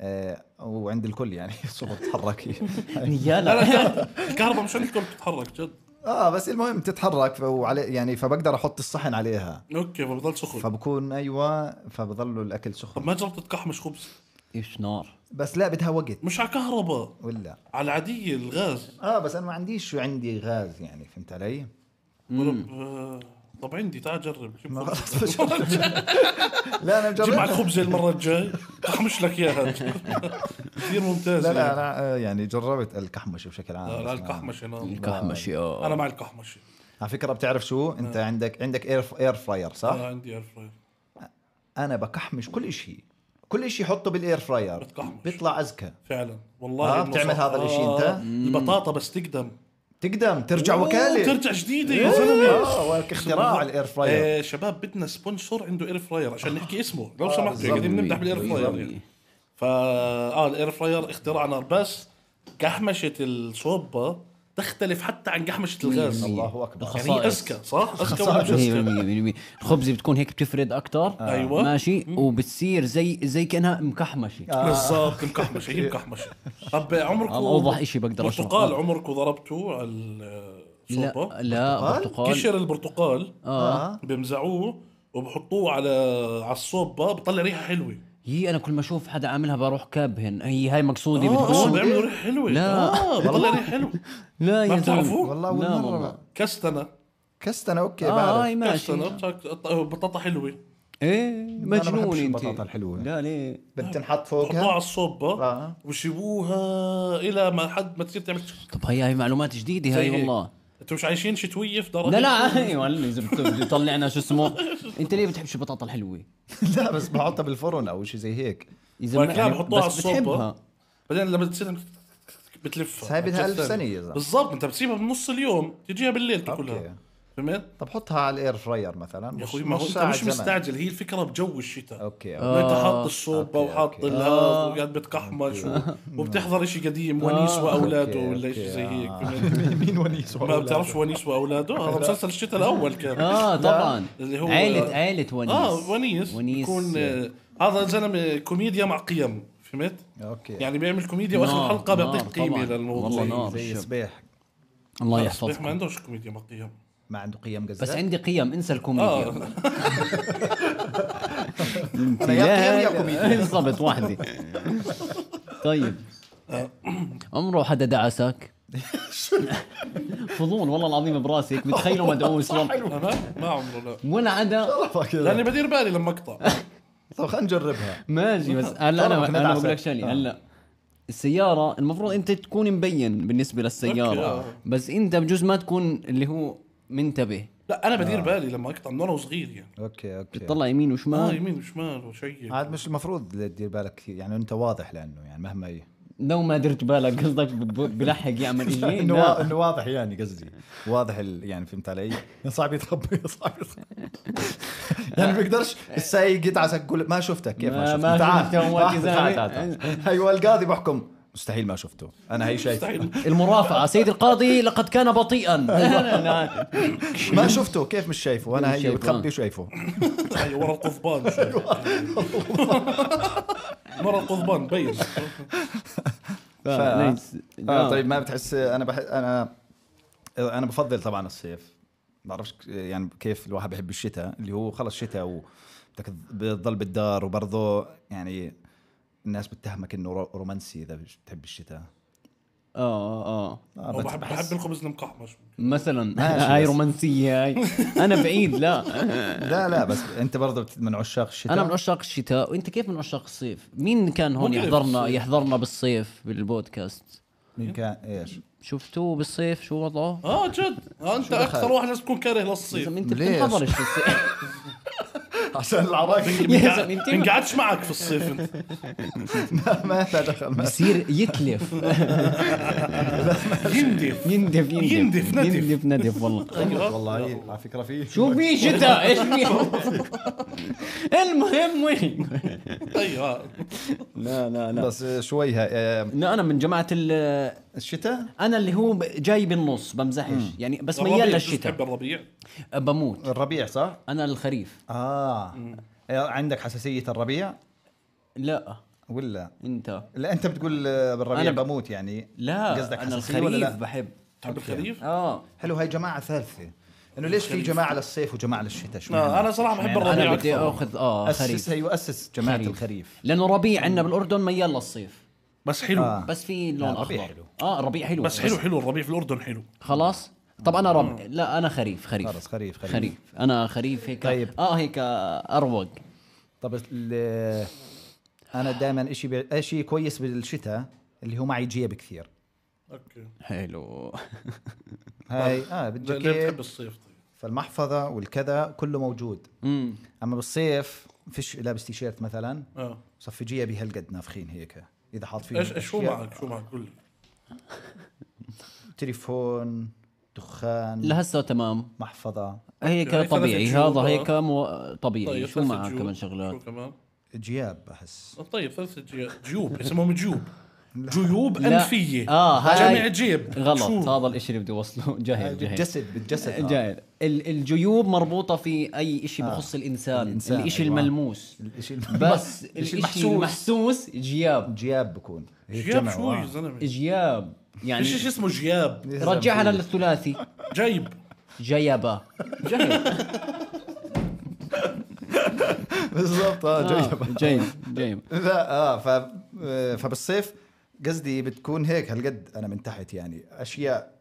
Speaker 1: آه وعند الكل يعني الصوبة تتحرك
Speaker 3: لا
Speaker 2: نيالا
Speaker 3: لا الكهرباء مش عندكم بتتحرك جد
Speaker 1: اه بس المهم تتحرك ف- وعلي يعني فبقدر احط الصحن عليها
Speaker 3: اوكي فبضل سخن
Speaker 1: فبكون ايوه فبضل الاكل
Speaker 3: طب
Speaker 1: سخن
Speaker 3: ما جربت تكحمش خبز
Speaker 2: ايش نار
Speaker 1: بس لا بدها وقت
Speaker 3: مش على كهرباء
Speaker 1: ولا
Speaker 3: على العاديه الغاز
Speaker 1: اه بس انا ما عنديش شو عندي غاز يعني فهمت علي؟
Speaker 3: ضرب آه، طب عندي تعال جرب جيب
Speaker 1: ما
Speaker 3: خبز.
Speaker 1: خلص لا انا
Speaker 3: جيب معك
Speaker 1: مجرب
Speaker 3: خبزه المره الجاي تكحمش لك اياها كثير ممتاز
Speaker 1: لا لا
Speaker 3: يعني.
Speaker 1: انا آه، يعني جربت الكحمش بشكل عام
Speaker 3: لا لا
Speaker 1: بس ما-
Speaker 3: الكحمشه انا
Speaker 2: الكحمش اه
Speaker 3: انا مع الكحمشه
Speaker 1: على فكره بتعرف شو انت
Speaker 3: نعم.
Speaker 1: عندك عندك اير اير فراير صح؟
Speaker 3: انا عندي اير فراير
Speaker 1: انا بكحمش كل شيء كل شيء حطه بالاير فراير
Speaker 3: بتكحمش.
Speaker 1: بيطلع اذكى
Speaker 3: فعلا والله
Speaker 1: آه،
Speaker 3: إنه
Speaker 1: بتعمل
Speaker 3: صح.
Speaker 1: هذا الإشي أنت؟
Speaker 3: آه، البطاطا بس تقدم
Speaker 1: تقدم ترجع
Speaker 3: أوه،
Speaker 1: وكاله
Speaker 3: ترجع جديده يا زلمه
Speaker 1: اه اختراع الاير فراير آه،
Speaker 3: آه، شباب بدنا سبونسر عنده اير فراير عشان نحكي اسمه لو سمحتوا
Speaker 1: بالضبط.
Speaker 3: قاعدين نمدح بالاير فراير
Speaker 2: بالضبط.
Speaker 3: يعني. فا اه الاير فراير اختراعنا بس قحمشه الصوبه تختلف حتى عن قحمشه الغاز
Speaker 1: الله اكبر
Speaker 2: الخصائص.
Speaker 3: يعني هي اذكى صح؟ اذكى وأبجد.
Speaker 2: مية مية مية مية. الخبزة بتكون هيك بتفرد اكثر
Speaker 3: أيوة.
Speaker 2: ماشي وبتصير زي زي كانها مكحمشه
Speaker 3: بالضبط مكحمشه هي مكحمشه طب عمركم
Speaker 2: هذا أوضح إشي بقدر أشرحه.
Speaker 3: برتقال عمركم ضربتوه على الصوبه؟
Speaker 2: لا لا برتقال
Speaker 3: قشر البرتقال
Speaker 2: آه.
Speaker 3: آه.
Speaker 1: اه
Speaker 3: بمزعوه وبحطوه على على الصوبه بطلع ريحه حلوه
Speaker 2: هي انا كل ما اشوف حدا عاملها بروح كابهن هي هاي مقصودي
Speaker 3: اه اصلا
Speaker 2: بتكون
Speaker 3: بيعملوا ريحه حلوه
Speaker 2: آه، لا.
Speaker 3: آه بطلع ريحه حلوه
Speaker 2: لا
Speaker 3: ما
Speaker 2: يا
Speaker 3: بتعرفوه؟
Speaker 2: زلمه
Speaker 1: والله
Speaker 2: لا
Speaker 1: اول
Speaker 2: نعم، والله.
Speaker 1: مره
Speaker 3: كستنه
Speaker 1: كست انا اوكي
Speaker 2: اه هاي
Speaker 1: بعرف
Speaker 2: ماشي
Speaker 3: كستنه بتاك- بطاطا حلوه
Speaker 2: ايه مجنون انت
Speaker 1: البطاطا الحلوة.
Speaker 2: لا ليه
Speaker 1: بتنحط
Speaker 3: حطوها على
Speaker 1: فوقها
Speaker 3: الصوبه
Speaker 1: آه.
Speaker 3: وشيبوها الى ما حد ما تصير تعمل
Speaker 2: طب هي هاي معلومات جديده هاي
Speaker 3: زي هيك.
Speaker 2: والله
Speaker 3: انتم مش عايشين شتويه في درجه
Speaker 2: لا لا ايوه اذا بت- بيطلعنا شو اسمه انت ليه بتحبش البطاطا الحلوه؟
Speaker 1: لا بس بحطها بالفرن او شيء زي هيك
Speaker 2: اذا
Speaker 3: وبعد كده بحطوها
Speaker 2: يعني
Speaker 3: على
Speaker 2: بس
Speaker 3: الصوبه
Speaker 2: بتحبها
Speaker 3: بعدين لما تصير بتلفها
Speaker 1: بس هاي بدها ألف
Speaker 3: بتلفها.
Speaker 1: سنة يا زلمة.
Speaker 3: بالضبط انت بتسيبها بنص اليوم تجيها بالليل تاكلها
Speaker 1: أوكي.
Speaker 3: فهمت؟
Speaker 1: طب حطها على الاير فراير مثلا
Speaker 3: يا
Speaker 1: مش-
Speaker 3: اخوي ما هو انت
Speaker 1: ساعة
Speaker 3: مش
Speaker 1: زمن.
Speaker 3: مستعجل هي الفكره بجو الشتاء
Speaker 1: اوكي
Speaker 3: إنه انت حاط الصوبه
Speaker 1: أوكي،
Speaker 3: وحاط
Speaker 1: أوكي.
Speaker 3: الهذا وقاعد بتقحمش و- وبتحضر شيء قديم ونيس واولاده
Speaker 1: أوكي،
Speaker 3: ولا شيء
Speaker 1: أوكي،
Speaker 3: زي هيك
Speaker 1: آه.
Speaker 3: فهمت؟
Speaker 1: مين ونيس
Speaker 3: ما بتعرفش ونيس واولاده هذا مسلسل الشتاء الاول كان
Speaker 2: اه طبعا
Speaker 3: اللي هو-
Speaker 2: عيلة عيلة ونيس
Speaker 3: اه ونيس
Speaker 2: ونيس
Speaker 3: يكون آه، هذا زلمه كوميديا مع قيم فهمت؟
Speaker 1: اوكي
Speaker 3: يعني بيعمل كوميديا واخر
Speaker 2: نار،
Speaker 3: حلقه
Speaker 2: نار،
Speaker 3: بيعطيك قيمه
Speaker 2: طبعاً. والله
Speaker 3: للموضوع
Speaker 2: نار.
Speaker 1: زي
Speaker 2: شوف.
Speaker 1: صبيح
Speaker 2: الله
Speaker 3: آه، صحيح ما
Speaker 2: يحفظكم
Speaker 3: عندوش كوميديا مع قيم
Speaker 1: ما عنده قيم قزاز
Speaker 2: بس عندي قيم انسى الكوميديا
Speaker 3: اه
Speaker 1: انا يا قيم يا كوميديا
Speaker 2: بالضبط وحدي طيب عمره حدا دعسك فضول والله العظيم براسي هيك بتخيله مدعوس والله.
Speaker 3: انا ما عمره لا
Speaker 2: ولا عدا
Speaker 3: لاني بدير بالي لما اقطع
Speaker 1: طب خلينا نجربها
Speaker 2: ماشي بس هلا
Speaker 1: طبعاً
Speaker 2: انا
Speaker 1: إحنا
Speaker 2: انا
Speaker 1: دعسة.
Speaker 2: بقول لك شغله
Speaker 1: آه.
Speaker 2: هلا السيارة المفروض انت تكون مبين بالنسبة
Speaker 3: أوكي،
Speaker 2: للسيارة
Speaker 3: آه.
Speaker 2: بس انت بجوز ما تكون اللي هو منتبه
Speaker 3: لا انا بدير بالي لما اقطع من وانا صغير يعني
Speaker 1: اوكي اوكي
Speaker 2: بتطلع يمين
Speaker 3: اه
Speaker 2: وشمال
Speaker 3: يمين وشمال وشيك
Speaker 1: عاد مش المفروض تدير بالك كثير، يعني انت واضح لانه يعني مهما ي...
Speaker 2: لو ما درت بالك قصدك ب- بلحق يعمل إيه
Speaker 1: انه وا-
Speaker 2: لا
Speaker 1: انه واضح يعني قصدي واضح ال... يعني فهمت علي؟ صعب يتخبى صعب يتخبى يعني ما بيقدرش السايق يدعسك يقول ما شفتك كيف ما
Speaker 2: ما-
Speaker 1: شفتك؟
Speaker 2: ما
Speaker 1: تعال
Speaker 2: شفتك يا أمك يا
Speaker 1: تعال
Speaker 2: زلمة.
Speaker 1: تعال تعال. ايوه القاضي بحكم مستحيل ما شفته انا هي شايف
Speaker 3: مستحيل
Speaker 2: المرافعة سيد القاضي لقد كان بطيئا لا، لا.
Speaker 1: ما شفته كيف مش شايفه وانا
Speaker 2: مش
Speaker 1: هي
Speaker 2: شايفه.
Speaker 1: بتخبي شايفه
Speaker 3: هاي أيوة، ورا القضبان ورا القضبان بين
Speaker 2: آه،
Speaker 1: ف-
Speaker 2: ليس- آه،
Speaker 1: اه
Speaker 2: لا.
Speaker 1: طيب ما بتحس انا بح... انا انا بفضل طبعا الصيف بعرفش ك- يعني كيف الواحد بحب الشتاء اللي هو خلص شتاء وبدك بتضل بالدار وبرضه يعني الناس بتتهمك انه رو- رومانسي اذا مش بتحب الشتاء
Speaker 2: اه اه اه
Speaker 1: آه بت-
Speaker 3: وبحب بحب الخبز المقحمش
Speaker 2: مثلا
Speaker 1: ماشي
Speaker 2: هاي
Speaker 1: بس.
Speaker 2: رومانسية هاي انا بعيد لا
Speaker 1: لا لا بس انت برضه بت- من عشاق الشتاء
Speaker 2: انا من عشاق الشتاء وانت كيف من عشاق الصيف مين كان هون
Speaker 3: مو كيف
Speaker 2: يحضرنا
Speaker 3: الصيف.
Speaker 2: يحضرنا بالصيف بالبودكاست
Speaker 1: من كان ايش
Speaker 2: شفتوه بالصيف شو وضعه
Speaker 3: اه جد آه انت اكثر واحد لازم تكون كاره
Speaker 2: يا زلمة
Speaker 3: للصيف
Speaker 2: انت
Speaker 1: ليش؟
Speaker 2: بتنحضرش في الصيف
Speaker 1: عشان العرايس
Speaker 2: يا زلمة انت ما-
Speaker 3: بنقعدش معك في الصيف انت
Speaker 1: ما دخل ما-
Speaker 2: بصير يتلف
Speaker 3: يندف
Speaker 2: يندف يندف
Speaker 3: يندف، ندف.
Speaker 2: يندف ندف والله
Speaker 3: أيوة.
Speaker 1: والله على فكره في
Speaker 2: شو في شتاء ايش في المهم وين
Speaker 3: ايوه
Speaker 2: لا لا
Speaker 1: بس شويها آه،
Speaker 2: لا انا من جماعه ال-
Speaker 1: الشتاء
Speaker 2: انا اللي هو ب- جاي بالنص بمزحش يعني بس
Speaker 3: الربيع،
Speaker 2: ميال
Speaker 3: بس بتحب
Speaker 2: للشتاء
Speaker 3: الربيع
Speaker 2: بموت
Speaker 1: الربيع صح؟
Speaker 2: انا الخريف
Speaker 1: اه آه، عندك حساسيه الربيع
Speaker 2: لا
Speaker 1: ولا
Speaker 2: انت
Speaker 1: لا انت بتقول آه، بالربيع
Speaker 2: أنا ب-
Speaker 1: بموت يعني
Speaker 2: لا
Speaker 1: قصدك
Speaker 2: انا
Speaker 1: حساسيه ولا
Speaker 2: الخريف
Speaker 1: لا
Speaker 2: بحب
Speaker 3: تحب الخريف؟
Speaker 2: اه
Speaker 1: حلو هاي جماعه ثالثه انه ليش في جماعه للصيف وجماعه للشتاء شو
Speaker 3: آه، انا صراحه بحب الربيع
Speaker 2: انا بدي
Speaker 3: اكثر
Speaker 2: اخذ اه خريف
Speaker 1: اسسها يؤسس جماعه
Speaker 2: خريف.
Speaker 1: الخريف
Speaker 2: لانه ربيع عندنا بالاردن ميال للصيف
Speaker 3: بس حلو
Speaker 1: آه.
Speaker 2: بس في لون
Speaker 1: لا، ربيع
Speaker 2: اخضر
Speaker 1: حلو.
Speaker 2: اه الربيع حلو
Speaker 3: بس حلو حلو الربيع في الاردن حلو
Speaker 2: خلاص طب انا رب لا انا خريف خريف
Speaker 1: خلص، خريف، خريف.
Speaker 2: خريف انا خريف هيك
Speaker 1: طيب.
Speaker 2: اه هيك اروق
Speaker 1: طب ال- انا دائما شيء بي... شيء كويس بالشتاء اللي هو معي جيب كثير
Speaker 3: اوكي
Speaker 2: حلو
Speaker 1: هاي اه
Speaker 3: ليه ليه بتحب
Speaker 1: بالجاكيت
Speaker 3: الصيف طيب؟
Speaker 1: فالمحفظه والكذا كله موجود
Speaker 2: امم
Speaker 1: اما بالصيف فيش لابس تيشيرت مثلا
Speaker 3: اه
Speaker 1: صفي جيبي هالقد نافخين هيك اذا حاط فيه
Speaker 3: ايش ايش شو معك شو معك قول لي
Speaker 2: إيه،
Speaker 1: تليفون دخان
Speaker 2: لهسه تمام
Speaker 1: محفظه
Speaker 2: هيك
Speaker 3: يعني
Speaker 2: طبيعي
Speaker 3: ثلاثة جيوب،
Speaker 2: هذا
Speaker 3: آه.
Speaker 2: هيك مو... طبيعي
Speaker 3: طيب
Speaker 2: شو
Speaker 3: ثلاثة
Speaker 2: معك
Speaker 3: جيوب.
Speaker 2: كمان شغلات
Speaker 3: شو كمان؟
Speaker 1: جياب بحس
Speaker 3: طيب ثلاث جي- جيوب اسمهم جيوب جيوب
Speaker 2: لا.
Speaker 3: انفيه
Speaker 2: آه، هاي.
Speaker 3: جمع جيب
Speaker 2: غلط
Speaker 3: شو؟
Speaker 2: هذا الاشي اللي بدي اوصله جاهل جاهل
Speaker 1: بالجسد بالجسد آه.
Speaker 2: جاهل ال- الجيوب مربوطه في اي شيء بخص الانسان,
Speaker 1: الإنسان،
Speaker 2: الاشي
Speaker 1: أيوة.
Speaker 2: الملموس
Speaker 1: الشيء
Speaker 2: بس
Speaker 1: الشيء
Speaker 2: الاشي
Speaker 1: المحسوس.
Speaker 2: المحسوس جياب
Speaker 1: جياب بكون هي
Speaker 3: جياب
Speaker 1: جمع،
Speaker 3: شو
Speaker 1: آه.
Speaker 3: يا زلمه
Speaker 2: جياب يعني
Speaker 3: ايش ايش اسمه جياب
Speaker 2: رجعها للثلاثي
Speaker 3: جيب
Speaker 2: جيبه جيب
Speaker 1: بالضبط اه
Speaker 2: آه.
Speaker 1: جياب
Speaker 2: جيب جيب
Speaker 1: لا اه ف... آه، فبالصيف قصدي بتكون هيك هالقد انا من تحت يعني اشياء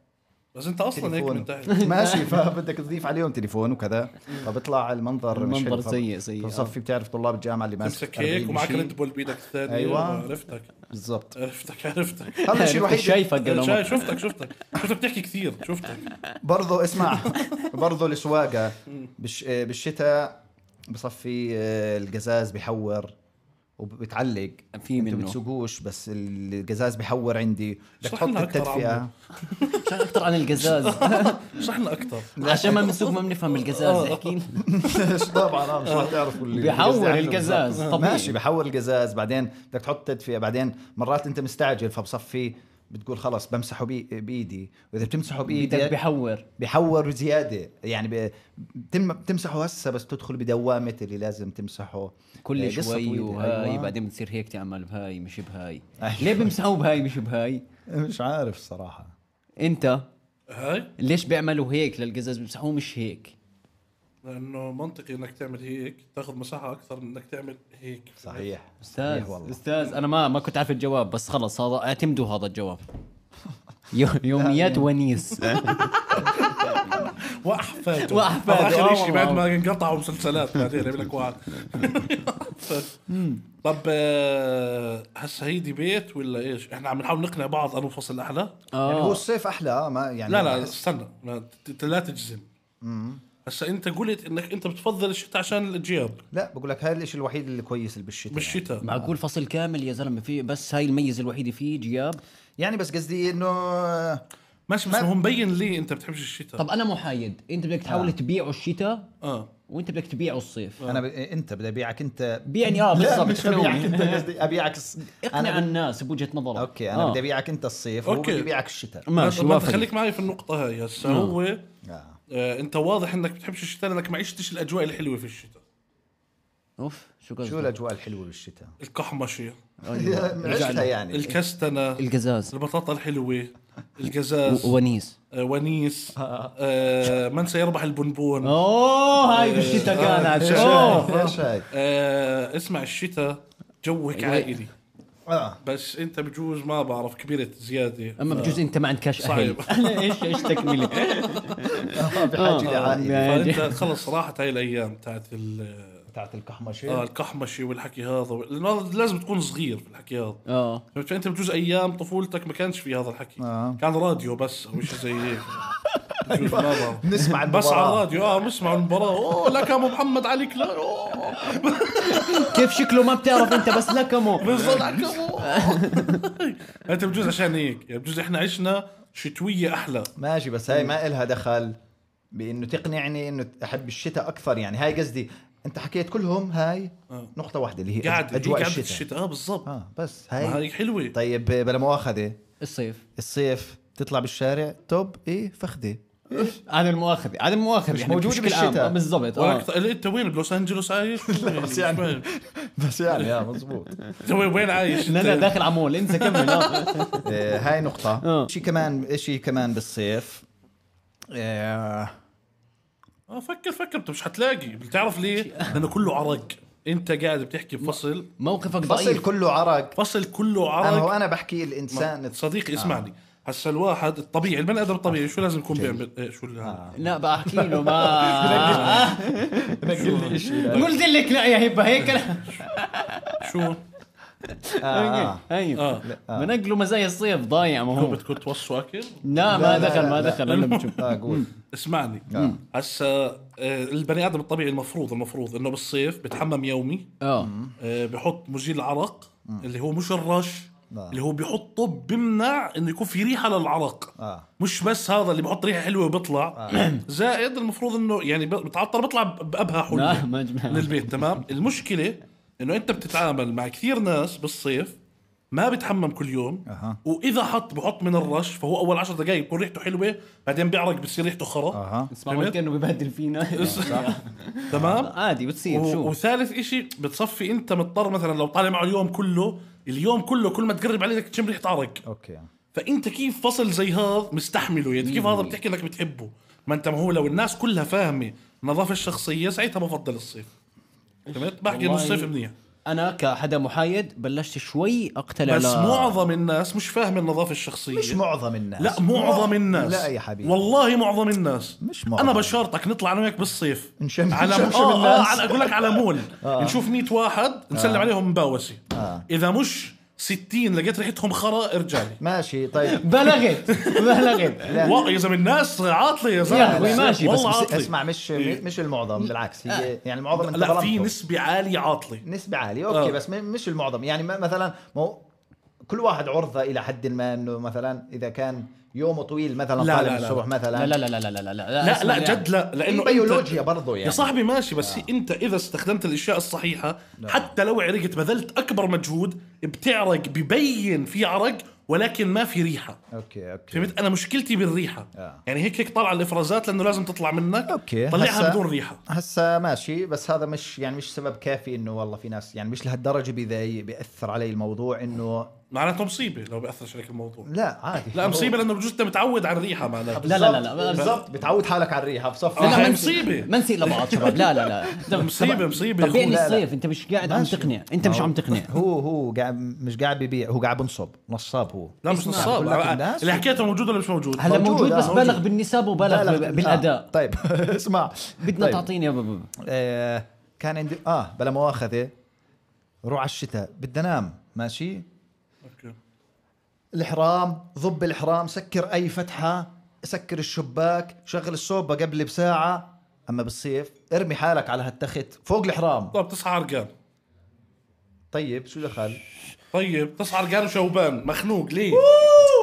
Speaker 3: بس انت اصلا هيك
Speaker 1: تليفون
Speaker 3: من تحت
Speaker 1: ماشي فبدك تضيف عليهم تليفون وكذا فبيطلع المنظر مش
Speaker 2: المنظر
Speaker 1: حلو. فب-
Speaker 2: سيء- سيء، آه.
Speaker 1: بصفي بتعرف طلاب الجامعه اللي ماسك
Speaker 3: تمسك هيك
Speaker 1: 40
Speaker 3: ومعك
Speaker 1: شيء.
Speaker 3: ريد بول بيدك الثانيه
Speaker 1: أيوة.
Speaker 3: عرفتك
Speaker 1: بالضبط
Speaker 3: عرفتك عرفتك
Speaker 1: هذا الشيء الوحيد اللي-
Speaker 2: شايفك قبل
Speaker 3: إيه،
Speaker 2: ما
Speaker 3: شاي- شفتك شفتك شفتك بتحكي كثير شفتك
Speaker 1: برضو اسمع برضو السواقه بالش... بالشتاء بصفي آه، القزاز بحور آه، وبتعلق
Speaker 2: في
Speaker 1: انتوا
Speaker 2: منه.
Speaker 1: بتسوقوش بس القزاز بحور عندي بدك
Speaker 3: اشرح
Speaker 1: تحط
Speaker 3: لنا أكتر
Speaker 1: التدفئه
Speaker 3: عنه.
Speaker 2: عشان اكثر عن القزاز
Speaker 3: اشرح لنا اكثر
Speaker 2: عشان ما بنسوق ما بنفهم القزاز احكي لنا.
Speaker 1: طبعا آه، مش حتعرف اللي-
Speaker 2: بيحول
Speaker 1: عنده
Speaker 2: القزاز،
Speaker 1: بالضبط.
Speaker 2: طبيعي.
Speaker 1: ماشي بحول القزاز بعدين بدك تحط تدفئه بعدين مرات انت مستعجل فبصفي بتقول خلص بمسحه بي- بايدي واذا بتمسحه
Speaker 2: بدك
Speaker 1: بايدك
Speaker 2: بحور
Speaker 1: بحور زياده يعني ب- بتم- بتمسحه هسه بس تدخل بدوامه اللي لازم تمسحه آه،
Speaker 2: كل
Speaker 1: قصة
Speaker 2: شوي
Speaker 1: طويلة.
Speaker 2: وهاي
Speaker 1: أيوة.
Speaker 2: بعدين بتصير هيك تعمل بهاي مش بهاي
Speaker 1: أيوة.
Speaker 2: ليه بمسحوا بهاي مش بهاي
Speaker 1: مش عارف صراحه
Speaker 2: انت
Speaker 3: هاي
Speaker 2: ليش بيعملوا هيك للقزاز بمسحوه مش هيك
Speaker 3: لانه منطقي انك تعمل هيك تاخذ مساحه اكثر من انك تعمل هيك
Speaker 1: صحيح
Speaker 2: استاذ
Speaker 1: صحيح إيه، والله
Speaker 2: استاذ انا ما ما كنت عارف الجواب بس خلص هذا اعتمدوا هذا الجواب يو- يوميات ونيس
Speaker 3: واحفاده
Speaker 2: وأحفاده،
Speaker 3: هذا
Speaker 2: آه
Speaker 3: اخر شيء
Speaker 2: والله.
Speaker 3: بعد ما انقطعوا مسلسلات بعدين يعمل لك واحد طب آه، هسه هي ديبيت ولا ايش؟ احنا عم نحاول نقنع بعض انه فصل احلى
Speaker 1: يعني هو
Speaker 2: اه
Speaker 1: الصيف احلى آه، ما يعني
Speaker 3: لا
Speaker 2: أمم.
Speaker 3: لا
Speaker 1: بحس-
Speaker 3: استنى لا ت- ت- لا تجزم هسا انت قلت انك انت بتفضل الشتاء عشان الجياب
Speaker 1: لا بقول لك هذا الشيء الوحيد اللي كويس اللي بالشتاء يعني.
Speaker 3: بالشتاء
Speaker 2: معقول فصل كامل يا زلمه في بس هاي الميزه الوحيده فيه جياب
Speaker 1: يعني بس قصدي انه آه،
Speaker 3: ماشي بس
Speaker 1: ما-
Speaker 3: هو مبين لي انت بتحبش الشتاء
Speaker 2: طب انا محايد انت بدك تحاول تبيعه الشتاء
Speaker 3: اه
Speaker 2: وانت بدك تبيعه الصيف
Speaker 1: انا ب... انت بدي ابيعك انت
Speaker 2: بيعني
Speaker 1: لا
Speaker 2: اه بالضبط
Speaker 1: مش
Speaker 2: شلون؟
Speaker 1: ابيعك انت قصدي ابيعك الص-
Speaker 2: اقنع
Speaker 1: انا ب...
Speaker 2: الناس بوجهه نظرك آه.
Speaker 1: اوكي انا بدي ابيعك انت الصيف وهو
Speaker 3: أوكي.
Speaker 1: بدي ابيعك الشتاء
Speaker 2: ماشي نعم.
Speaker 3: ما- ما
Speaker 2: وافق.
Speaker 3: خليك معي في النقطة هاي هسا هو
Speaker 1: آه.
Speaker 3: آه انت واضح انك بتحبش الشتاء لانك ما عشتش الاجواء الحلوة في الشتاء
Speaker 2: اوف شو
Speaker 1: شو
Speaker 2: قصدك
Speaker 1: الاجواء الحلوه بالشتاء
Speaker 3: القحمشة
Speaker 1: عشتها يعني
Speaker 3: الكستنة
Speaker 2: القزاز
Speaker 3: البطاطا الحلوة القزاز
Speaker 2: ونيس
Speaker 3: آه ونيس آه من سيربح البنبون
Speaker 2: آه. اوه هاي بالشتاء كانت
Speaker 1: ايش
Speaker 2: اوه
Speaker 1: هاي؟ ايش هاي؟
Speaker 3: آه اسمع الشتاء جوك عائلي
Speaker 1: اه
Speaker 3: بس انت بجوز ما بعرف كبرت زياده
Speaker 2: اما بجوز انت ما عندكش اهل
Speaker 3: صعب.
Speaker 2: انا ايش ايش تكمله
Speaker 1: آه، بحاجه لعائله
Speaker 2: يعني.
Speaker 3: فانت خلص راحت هاي الايام تاعت ال-
Speaker 1: بتاعت
Speaker 3: آه
Speaker 1: القحمشه
Speaker 3: القحمشه والحكي هذا لانه هذا لازم تكون صغير في الحكي هذا
Speaker 2: اه
Speaker 3: فهمت؟ فانت بجوز ايام طفولتك ما كانش في هذا الحكي
Speaker 1: آه.
Speaker 3: كان راديو بس او شيء زي هيك بجوز ما بعرف.
Speaker 1: نسمع
Speaker 3: بس على
Speaker 1: المباراه
Speaker 3: الراديو اه بسمع المباراه اوه لك يا ابو محمد علي كلان اوه
Speaker 2: كيف شكله ما بتعرف انت بس لكمو
Speaker 3: بالضبط على انت بجوز عشان هيك يعني بجوز احنا عشنا شتويه احلى
Speaker 1: ماشي بس هاي ما إلها دخل بانه تقنعني انه احب الشتاء اكثر يعني هاي قصدي انت حكيت كلهم هاي نقطه واحده اللي هي
Speaker 3: آه. قاعد
Speaker 1: اجواء
Speaker 3: قاعد
Speaker 1: الشتاء
Speaker 3: الشتاء اه بالضبط
Speaker 1: اه بس
Speaker 3: ما
Speaker 1: هاي
Speaker 3: هي حلوه
Speaker 1: طيب بلا مؤاخذه
Speaker 2: الصيف
Speaker 1: الصيف تطلع بالشارع توب ايه فخده
Speaker 2: عن المؤاخذه عن المؤاخذه يعني
Speaker 1: موجودة
Speaker 2: بشكل عام.
Speaker 1: بالشتاء.
Speaker 2: آه، بالضبط
Speaker 3: ولا
Speaker 2: اه
Speaker 3: أكثر- انت وين بلوس انجلوس عايش؟
Speaker 1: بس يعني-
Speaker 3: وين-
Speaker 1: بس يعني اه مزبوط
Speaker 3: انت وين وين عايش؟
Speaker 2: لا لا
Speaker 3: انت؟
Speaker 2: داخل على مول انسى كمل آه.
Speaker 1: آه، هاي نقطة
Speaker 2: آه.
Speaker 1: شيء كمان شيء كمان بالصيف آه،
Speaker 3: اه فكر فكر انت مش حتلاقي بتعرف ليه؟ لانه كله عرق انت قاعد بتحكي بفصل
Speaker 2: موقفك
Speaker 1: فصل
Speaker 2: ضعيف
Speaker 1: كله عرق
Speaker 3: فصل كله
Speaker 1: انا هو
Speaker 3: عرق
Speaker 1: انا بحكي الانسان
Speaker 2: آه.
Speaker 3: صديقي اسمعني هسا الواحد الطبيعي البني ادم الطبيعي شو لازم يكون بيعمل إيه، شو اللي هذا؟
Speaker 2: لا بحكي له ما
Speaker 1: نقل لي شيء
Speaker 2: قلت لك لا يا هبه هيك
Speaker 3: شو؟
Speaker 1: آه.
Speaker 2: ايوه بنقله مزايا الصيف ضايع ما
Speaker 3: هو
Speaker 2: هو
Speaker 3: بدكم توصوا اكل؟
Speaker 2: لا
Speaker 1: لا،
Speaker 2: ما
Speaker 1: لا،
Speaker 2: دخل
Speaker 1: لا،
Speaker 2: ما
Speaker 1: لا.
Speaker 2: دخل انا بشوف
Speaker 3: آه،
Speaker 1: اه قول
Speaker 3: اسمعني هسا آه، البني ادم الطبيعي المفروض المفروض انه بالصيف بتحمم يومي
Speaker 2: اه
Speaker 3: آه، بحط مزيل عرق اللي هو مش الرش
Speaker 1: نعم.
Speaker 3: اللي هو بيحطه بمنع انه يكون في ريحه للعرق
Speaker 1: آه.
Speaker 3: مش بس هذا اللي بحط ريحه حلوه وبيطلع زائد المفروض انه يعني ب- بتعطر بيطلع ب- بابهى
Speaker 2: لا
Speaker 3: حلوه
Speaker 2: ما جمع
Speaker 3: من البيت تمام المشكله انه انت بتتعامل مع كثير ناس بالصيف ما بتحمم كل يوم
Speaker 1: أها.
Speaker 3: واذا حط بحط من الرش فهو اول عشر دقائق بكون ريحته حلوه بعدين بيعرق بتصير ريحته خرا
Speaker 1: اها
Speaker 2: اسمع كانه ببهدل فينا يعني
Speaker 3: تمام
Speaker 2: عادي بتصير
Speaker 3: و-
Speaker 2: شو
Speaker 3: وثالث إشي بتصفي انت مضطر مثلا لو طالع معه اليوم كله اليوم كله كل ما تقرب عليه بدك تشم ريحه عرق
Speaker 1: اوكي
Speaker 3: فانت كيف فصل زي هذا مستحمله يعني كيف هذا بتحكي انك بتحبه ما انت ما هو لو الناس كلها فاهمه النظافه الشخصيه ساعتها بفضل الصيف فهمت بحكي انه
Speaker 2: والله.
Speaker 3: الصيف منيح
Speaker 2: انا كحدا محايد بلشت شوي اقتنع
Speaker 3: بس
Speaker 2: لا-
Speaker 3: معظم الناس مش فاهم النظافه الشخصيه
Speaker 1: مش معظم الناس
Speaker 3: لا معظم الناس
Speaker 1: لا يا حبيبي
Speaker 3: والله معظم الناس
Speaker 1: مش معظم.
Speaker 3: انا بشارطك نطلع انا وياك بالصيف
Speaker 1: نشم-
Speaker 3: على
Speaker 1: نشمشم
Speaker 3: آه
Speaker 1: الناس. آه.
Speaker 3: آه على اقول لك على مول نشوف 100 واحد نسلم عليهم مباوسه اذا مش 60 لقيت ريحتهم خرا ارجع لي
Speaker 1: ماشي طيب
Speaker 2: بلغت بلغت
Speaker 1: لا.
Speaker 3: وا- يا زلمه الناس عاطله يا
Speaker 2: يا
Speaker 3: زلمه
Speaker 2: أخوي ماشي، بس-
Speaker 3: والله
Speaker 1: بس
Speaker 3: عاطلة.
Speaker 1: اسمع مش مش المعظم بالعكس هي يعني المعظم انت
Speaker 3: إيه. آه. لا في
Speaker 1: ظلمته
Speaker 3: نسبه عاليه عاطله
Speaker 1: نسبة عالية اوكي
Speaker 3: آه.
Speaker 1: بس م- مش المعظم يعني ما- مثلا مو كل واحد عرضة الى حد ما انه مثلا اذا كان يومه طويل مثلا
Speaker 3: لا،
Speaker 1: طالع
Speaker 3: لا،
Speaker 1: من
Speaker 3: لا.
Speaker 1: الصبح مثلا
Speaker 2: لا لا لا لا لا لا لا
Speaker 3: لا
Speaker 2: اسمع
Speaker 3: لا
Speaker 2: يعني.
Speaker 3: جد لا لانه
Speaker 1: في
Speaker 3: أنت-
Speaker 1: بيولوجيا برضه يعني
Speaker 3: يا صاحبي ماشي بس انت اذا استخدمت الاشياء الصحيحه
Speaker 1: نعم.
Speaker 3: حتى لو عرقت بذلت اكبر مجهود بتعرق ببين في عرق ولكن ما في ريحه
Speaker 1: اوكي اوكي
Speaker 3: فهمت انا مشكلتي بالريحه
Speaker 1: آه.
Speaker 3: يعني هيك هيك طالعه الافرازات لانه لازم تطلع منك
Speaker 1: اوكي
Speaker 3: طلعها
Speaker 1: هسا-
Speaker 3: بدون ريحه
Speaker 1: هسا ماشي بس هذا مش يعني مش سبب كافي انه والله في ناس يعني مش لهالدرجة بيضايق بيأثر علي الموضوع انه
Speaker 3: معناته مصيبه لو بياثرش عليك الموضوع
Speaker 1: لا عادي
Speaker 3: لا مصيبه لانه بجوز انت متعود على الريحه معناته
Speaker 2: لا، لا، لا، لا.
Speaker 1: بالضبط بتعود حالك على الريحة بصفي
Speaker 3: لا، لا،
Speaker 1: لا
Speaker 3: هاي
Speaker 2: ما نسيء-
Speaker 3: مصيبة.
Speaker 2: ما نسيء لبعض شباب لا لا لا طب-
Speaker 3: مصيبة-
Speaker 2: طب-
Speaker 3: مصيبة يا
Speaker 2: طبيعي
Speaker 1: أخوي. لا، لا.
Speaker 2: الصيف انت مش قاعد عم
Speaker 1: ماشي.
Speaker 2: تقنع انت مش عم تقنع
Speaker 1: هو هو قاعد مش قاعد ببيع هو قاعد بنصب نصاب هو
Speaker 3: لا مش
Speaker 2: اسمع،
Speaker 3: نصاب
Speaker 1: نعم،
Speaker 3: آه،
Speaker 1: بقول لك الناس-
Speaker 3: اللي حكيته موجود ولا مش موجود
Speaker 2: هلا
Speaker 1: موجود،
Speaker 2: موجود
Speaker 1: آه،
Speaker 2: بس
Speaker 1: موجود.
Speaker 2: بلغ بالنسب وبلغ
Speaker 1: بالغ-
Speaker 2: ب- بالاداء
Speaker 1: آه. طيب اسمع
Speaker 2: بدنا
Speaker 1: طيب.
Speaker 2: تعطيني يا بابا
Speaker 1: آه كان عندي اه بلا مؤاخذه روح على الشتاء بدي انام ماشي
Speaker 3: أوكي.
Speaker 1: الحرام ضب الحرام سكر اي فتحه سكر الشباك شغل السوبه قبل بساعه اما بالصيف ارمي حالك على هالتخت فوق الحرام
Speaker 3: طب تصحى عرقان
Speaker 1: طيب شو دخل
Speaker 3: طيب تصحى عرقان وشوبان مخنوق ليه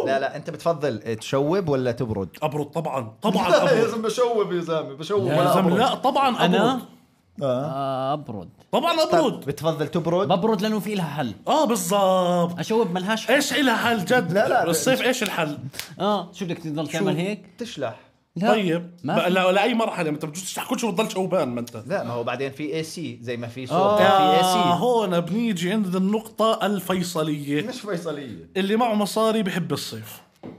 Speaker 1: لا لا انت بتفضل تشوب ولا تبرد
Speaker 3: ابرد طبعا طبعا ابرد
Speaker 1: بشوب يا زلمه بشوب
Speaker 3: يا زلمه لا طبعا
Speaker 2: انا
Speaker 3: ابرد
Speaker 1: آه.
Speaker 2: آه، ابرد
Speaker 3: طبعا
Speaker 1: طب
Speaker 3: ابرد
Speaker 1: بتفضل تبرد
Speaker 2: ببرد لانه في لها حل
Speaker 3: اه بالضبط
Speaker 2: اشوب ملهاش حل
Speaker 3: ايش إلها حل جد
Speaker 1: لا، لا،
Speaker 3: الصيف ايش الحل
Speaker 2: اه شو بدك تضل تعمل هيك
Speaker 1: تشلح
Speaker 2: لا
Speaker 3: طيب
Speaker 2: ما
Speaker 3: ما
Speaker 2: في.
Speaker 3: لا, لا اي مرحله ما انت بجوز تحكي كل شيء بتضل شوبان ما انت
Speaker 1: لا ما هو بعدين في اي سي زي ما في صوب في اي
Speaker 3: آه
Speaker 1: سي
Speaker 3: هون بنيجي عند النقطة الفيصلية
Speaker 1: مش فيصليه
Speaker 3: اللي معه مصاري بحب الصيف
Speaker 1: ما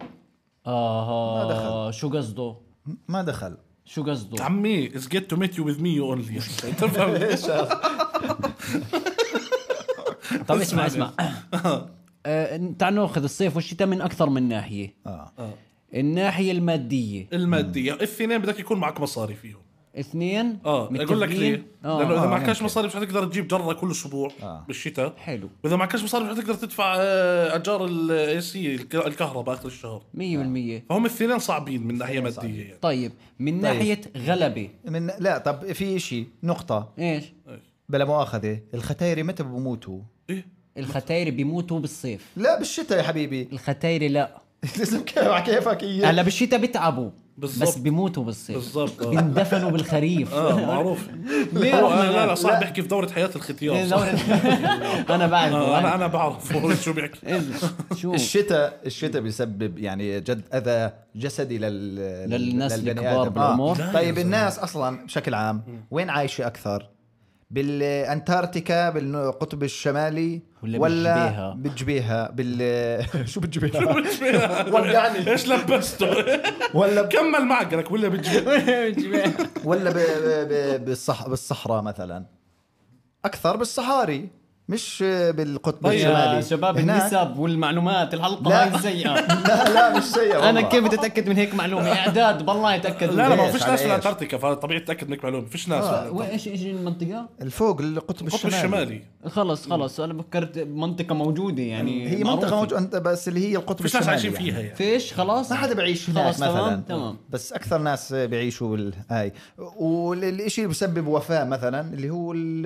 Speaker 2: اه
Speaker 1: دخل.
Speaker 2: شو قصده
Speaker 1: ما دخل
Speaker 2: شو قصده
Speaker 3: عمي it's get to meet you with me only تفهم
Speaker 2: طب اسمع اسمع آه، تعال ناخذ الصيف والشتاء من اكثر من ناحيه
Speaker 1: اه
Speaker 2: الناحيه الماديه
Speaker 3: المادية الاثنين بدك يكون معك مصاري فيهم
Speaker 2: اثنين
Speaker 3: اه اقول لك
Speaker 2: متفقين؟
Speaker 3: ليه لانه
Speaker 2: اه
Speaker 3: اذا
Speaker 1: آه،
Speaker 3: معكش
Speaker 1: ممكن.
Speaker 3: مصاري مش حتقدر تجيب جرة كل اسبوع
Speaker 1: آه.
Speaker 3: بالشتاء
Speaker 2: حلو
Speaker 3: واذا معكش مصاري مش حتقدر تدفع آه، اجار الاي سي الكهرباء اخر الشهر
Speaker 2: 100%
Speaker 3: فهم الاثنين صعبين من ناحية مادية يعني
Speaker 2: طيب من ناحيه غلبه
Speaker 1: من لا طب في شيء نقطة
Speaker 2: ايش
Speaker 3: يعني.
Speaker 1: بلا مؤاخذة الختايري متى بموتوا؟
Speaker 3: ايه
Speaker 2: الختاير بيموتوا بالصيف
Speaker 1: لا بالشتاء يا حبيبي
Speaker 2: الختاير لا
Speaker 1: لازم كيف على كيفك اياه
Speaker 2: هلا بالشتاء بيتعبوا
Speaker 3: بالظبط.
Speaker 2: بس بيموتوا بالصيف
Speaker 3: بالضبط آه.
Speaker 2: بيندفنوا بالخريف
Speaker 3: اه معروف
Speaker 2: ليه
Speaker 3: هو-
Speaker 2: رحنا
Speaker 3: آه، لا لا
Speaker 2: هناك؟
Speaker 3: صعب بيحكي في دورة حياة الختيار صح؟
Speaker 2: انا بعرف
Speaker 3: آه، انا انا بعرف هو شو بيحكي
Speaker 2: إيه، شو
Speaker 1: الشتاء الشتاء بيسبب يعني جد اذى جسدي لل
Speaker 2: للناس
Speaker 1: للبني
Speaker 2: الكبار
Speaker 1: آدم. آه.
Speaker 2: بالعمر.
Speaker 3: لا يا
Speaker 1: طيب
Speaker 3: زلمة.
Speaker 1: الناس اصلا بشكل عام وين عايشة اكثر؟ بالانتاركتيكا بالقطب الشمالي
Speaker 2: ولا
Speaker 1: بتجبيها
Speaker 2: بالجبيهة؟
Speaker 1: بال شو بتجبيها؟ ولعني
Speaker 3: ايش لبسته؟
Speaker 1: ولا
Speaker 3: كمل معك لك ولا بتجي
Speaker 1: ولا ب... ب... ب... بالصح... بالصحراء مثلا اكثر بالصحاري مش بالقطب
Speaker 3: طيب يا
Speaker 1: الشمالي
Speaker 2: يا شباب
Speaker 1: هناك-
Speaker 2: النسب والمعلومات الحلقه
Speaker 1: لا.
Speaker 2: هاي سيئه
Speaker 1: لا لا مش سيء والله.
Speaker 2: انا كيف بدي اتاكد من هيك معلومه اعداد بالله اتاكد
Speaker 3: لا لا ما
Speaker 1: ليش؟
Speaker 3: فيش
Speaker 1: على
Speaker 3: ناس في
Speaker 1: إيش؟
Speaker 3: الانتاركتيكا فطبيعي تتاكد انك معلوم فيش ناس في الأنتاركتيكا.
Speaker 2: ايش ايش المنطقه؟
Speaker 1: الفوق القطب
Speaker 3: القطب
Speaker 1: الشمالي,
Speaker 3: الشمالي
Speaker 2: خلص خلص انا فكرت منطقه موجوده يعني
Speaker 1: هي
Speaker 2: معروفة.
Speaker 1: منطقه موجوده انت بس اللي هي القطب
Speaker 3: فيش
Speaker 1: الشمالي
Speaker 3: ناس عايشين
Speaker 1: يعني.
Speaker 3: فيها يعني
Speaker 2: فيش خلاص
Speaker 1: ما حدا بعيش هناك
Speaker 2: خلاص،
Speaker 1: مثلا
Speaker 2: تمام، تمام.
Speaker 1: بس اكثر ناس بيعيشوا بال- هاي والشيء اللي بسبب وفاه مثلا اللي هو ال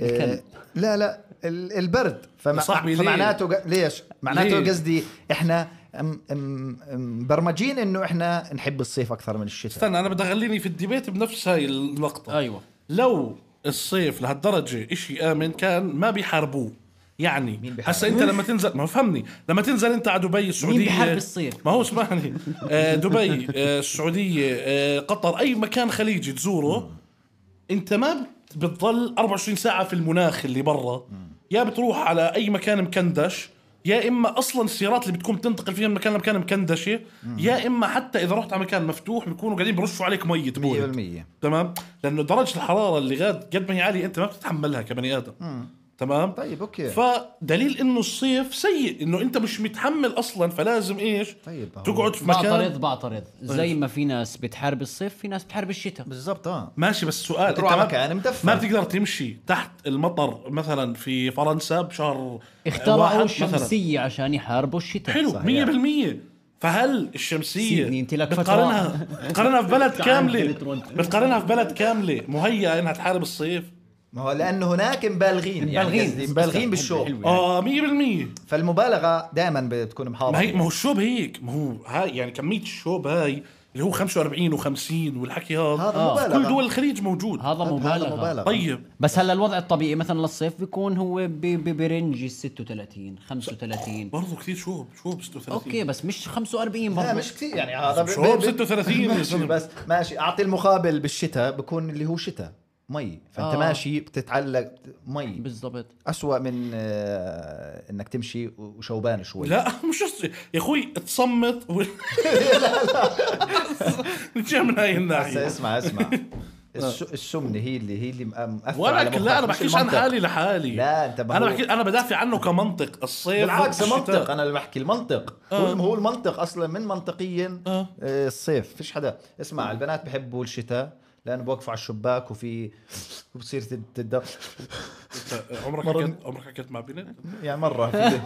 Speaker 1: آه،
Speaker 2: الكلب.
Speaker 1: لا لا ال- البرد فمع...
Speaker 3: يا صاحبي ليه؟
Speaker 1: فمعناته ق... ليش؟ معناته
Speaker 3: ليه؟
Speaker 1: قصدي احنا م... م... مبرمجين انه احنا نحب الصيف اكثر من الشتاء
Speaker 3: استنى انا بدي اخليني في الديبيت بنفس هاي النقطه
Speaker 2: ايوه
Speaker 3: لو الصيف لهالدرجه إشي امن كان ما بيحاربوه يعني
Speaker 1: بيحارب؟
Speaker 3: هسا انت لما تنزل ما فهمني لما تنزل انت على دبي السعوديه
Speaker 2: بيحارب الصيف؟
Speaker 3: ما هو اسمعني آه، دبي آه، السعوديه آه، قطر اي مكان خليجي تزوره انت ما بتضل 24 ساعه في المناخ اللي برا يا بتروح على اي مكان مكندش يا اما اصلا السيارات اللي بتكون بتنتقل فيها من مكان لمكان مكندشه يا اما حتى اذا رحت على مكان مفتوح بيكونوا قاعدين برشوا عليك مي تبول
Speaker 1: 100%
Speaker 3: تمام لانه درجه الحراره اللي غاد قد ما هي عاليه انت ما بتتحملها كبني ادم تمام
Speaker 1: طيب، أوكي.
Speaker 3: فدليل انه الصيف سيء انه انت مش متحمل اصلا فلازم ايش
Speaker 1: طيب، هو-
Speaker 3: تقعد في مكان
Speaker 2: بعترض بعترض زي ما في ناس بتحارب الصيف في ناس بتحارب الشتاء
Speaker 1: بالضبط اه
Speaker 3: ماشي بس سؤال
Speaker 1: بتروح
Speaker 3: انت ما-
Speaker 1: على مكان يعني مدفى.
Speaker 3: ما بتقدر تمشي تحت المطر مثلا في فرنسا بشهر واحد
Speaker 2: اخترعوا
Speaker 3: مثلاً.
Speaker 2: الشمسية عشان يحاربوا الشتاء
Speaker 3: حلو
Speaker 1: صحيح.
Speaker 3: 100% فهل الشمسيه
Speaker 2: سيدني، أنت لك فترة.
Speaker 3: بتقارنها بتقارنها في بلد
Speaker 2: تعال
Speaker 3: كامله
Speaker 2: ننزل تورنتو.
Speaker 3: بتقارنها في بلد كامله مهيئه انها تحارب الصيف
Speaker 1: ما هو لانه هناك مبالغين يعني
Speaker 2: مبالغين.
Speaker 1: قصدي مبالغين
Speaker 2: حلو
Speaker 1: بالشو
Speaker 2: يعني.
Speaker 3: اه 100%
Speaker 1: فالمبالغه دائما بتكون محاضره
Speaker 3: ما هي ما هو الشوب هيك ما هو هاي يعني كميه الشوب هاي اللي هو 45 و50 والحكي هذا
Speaker 1: هذا
Speaker 2: آه.
Speaker 1: مبالغة.
Speaker 3: كل دول الخليج موجود
Speaker 2: هذا
Speaker 1: هذا
Speaker 2: مبالغة
Speaker 1: مبالغة.
Speaker 3: طيب
Speaker 2: بس هلا الوضع الطبيعي مثلا للصيف بيكون هو ب- ب- برنج ال 36 35
Speaker 3: برضه كثير شوب شوب 36
Speaker 2: اوكي بس مش 45
Speaker 1: لا
Speaker 2: برضه
Speaker 1: مش كثير يعني هذا ب-
Speaker 3: شوب
Speaker 1: ب-
Speaker 3: 36 يا
Speaker 1: ماشي
Speaker 3: زلمة.
Speaker 1: بس ماشي اعطي المقابل بالشتاء بكون اللي هو شتاء مي فانت
Speaker 2: آه.
Speaker 1: ماشي بتتعلق مي
Speaker 2: بالضبط
Speaker 1: أسوأ من آه، انك تمشي وشوبان شوي
Speaker 3: لا مش أص- يا اخوي تصمت و... لا لا نجي من هاي
Speaker 1: بس
Speaker 3: الناحيه
Speaker 1: اسمع اسمع الس- السمنه هي اللي هي اللي مأثرة على
Speaker 3: ولك
Speaker 1: مخك،
Speaker 3: آه. لا
Speaker 1: مش
Speaker 3: انا بحكيش عن
Speaker 1: المنطق.
Speaker 3: حالي لحالي
Speaker 1: لا، أنت ما
Speaker 3: انا
Speaker 1: هو-
Speaker 3: بحكي انا بدافع عنه كمنطق الصيف
Speaker 1: بالعكس
Speaker 3: والشتاء.
Speaker 1: منطق انا اللي بحكي المنطق هو هو المنطق اصلا من منطقيا
Speaker 3: آه.
Speaker 1: آه، الصيف فيش حدا اسمع البنات بحبوا الشتاء لانه بوقفوا على الشباك وفي وبصير تد... تد...
Speaker 3: أنت عمرك حكيت عمرك حكيت مع بنت؟
Speaker 1: يعني مره في-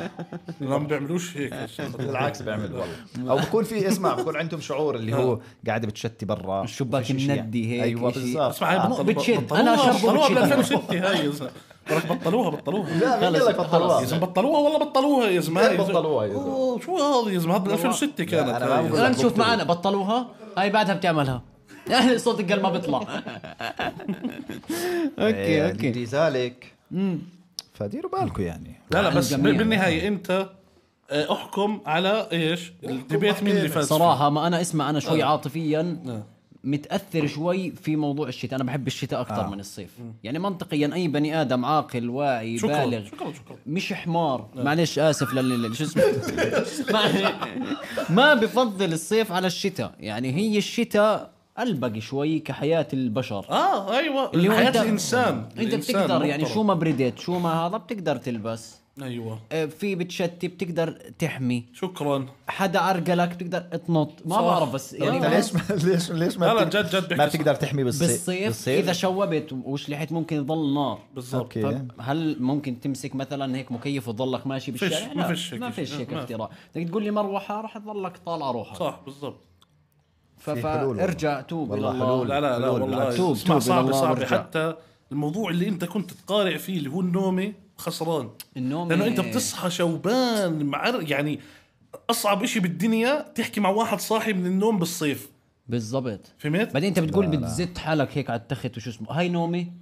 Speaker 3: لا ما بيعملوش هيك
Speaker 1: بالعكس بيعملوا والله او بكون في اسمع بكون عندهم شعور اللي هو قاعده بتشتي برا
Speaker 2: الشباك
Speaker 1: فيش إشي
Speaker 2: مندي هيك
Speaker 1: ايوه
Speaker 2: إشي.
Speaker 1: بالظبط
Speaker 3: اسمع هاي
Speaker 1: آه.
Speaker 3: بطل-
Speaker 2: بتشد.
Speaker 3: بطلوها-
Speaker 2: أنا أشربه
Speaker 3: بطلوها بال
Speaker 2: بتشد.
Speaker 3: 2006 هاي يا زلمه ولك بطلوها بطلوها
Speaker 1: لا مين
Speaker 2: خلص،
Speaker 1: قال لك
Speaker 3: يا
Speaker 1: بطلوها
Speaker 3: زلمه بطلوها والله بطلوها يا زلمه
Speaker 1: كيف بطلوها يا زلمة؟
Speaker 3: أوه، شو هذا يا زلمه هذا بال 2006 كانت
Speaker 1: أنا ما
Speaker 3: هاي.
Speaker 1: بقول-
Speaker 2: الان نشوف معنا بطلوها هاي بعدها بتعملها يعني صوت القلب ما بيطلع
Speaker 1: إيه،
Speaker 2: اوكي اوكي
Speaker 1: لذلك فديروا بالكم يعني
Speaker 3: لا لا
Speaker 2: عن
Speaker 3: بس
Speaker 2: الجميع.
Speaker 3: بال- بالنهايه انت آه، احكم على ايش الديبيت مين اللي فاز فيه.
Speaker 2: صراحه ما انا اسمع انا شوي
Speaker 3: آه.
Speaker 2: عاطفيا
Speaker 3: آه.
Speaker 2: متاثر شوي في موضوع الشتاء انا بحب الشتاء اكثر من الصيف يعني منطقيا اي بني ادم عاقل واعي
Speaker 3: شكرا
Speaker 2: بالغ
Speaker 3: شكرا شكرا
Speaker 2: مش حمار
Speaker 3: آه.
Speaker 2: معلش اسف لل شو اسمه ما- ما بفضل الصيف على الشتاء يعني هي الشتاء البق شوي كحياه البشر
Speaker 3: اه ايوه
Speaker 2: اللي هو
Speaker 3: حياه
Speaker 2: أنت-
Speaker 3: الانسان
Speaker 2: انت
Speaker 3: الإنسان
Speaker 2: بتقدر يعني
Speaker 3: محترم.
Speaker 2: شو ما بردت شو ما هذا بتقدر تلبس
Speaker 3: ايوه
Speaker 2: آه، في بتشتي بتقدر تحمي
Speaker 3: شكرا
Speaker 2: حدا عرقلك بتقدر تنط ما
Speaker 3: صح. طيب.
Speaker 2: بعرف بس
Speaker 3: طب
Speaker 2: يعني
Speaker 1: انت ليش ما- ليش ليش ما
Speaker 3: لا، لا،
Speaker 1: بتق-
Speaker 3: جد- جد بحكي
Speaker 1: ما
Speaker 3: صح.
Speaker 1: بتقدر تحمي بالصيف
Speaker 2: بالصيف, بالصيف اذا شوبت وشلحت ممكن يضل نار
Speaker 3: بالضبط
Speaker 1: أوكي.
Speaker 2: طب هل ممكن تمسك مثلا هيك مكيف وتضلك ماشي
Speaker 3: فيش-
Speaker 2: بالشارع؟
Speaker 3: ما
Speaker 2: لا،
Speaker 3: فيش هيك
Speaker 2: ما فيش
Speaker 3: شيء.
Speaker 2: هيك
Speaker 3: ما-
Speaker 2: اختراع، بدك تقول لي مروحه راح تضلك طالعه روحك
Speaker 3: صح بالضبط
Speaker 2: ف-
Speaker 1: في حلول والله.
Speaker 2: فارجع توب الى
Speaker 1: والله
Speaker 2: الله
Speaker 1: حلول.
Speaker 3: لا لا لا
Speaker 1: حلول
Speaker 3: والله
Speaker 1: بالعكس.
Speaker 2: توب،
Speaker 3: اسمع
Speaker 2: توب إلى
Speaker 3: صعب
Speaker 2: الله
Speaker 3: صعب
Speaker 2: وارجع.
Speaker 3: حتى الموضوع اللي انت كنت تقارع فيه اللي هو النومه خسران
Speaker 2: النوم
Speaker 3: لانه انت بتصحى شوبان معر يعني اصعب شيء بالدنيا تحكي مع واحد صاحي من النوم بالصيف
Speaker 2: بالضبط
Speaker 3: فهمت؟
Speaker 2: بعدين انت بتقول بتزت حالك هيك على التخت وشو اسمه هاي نومي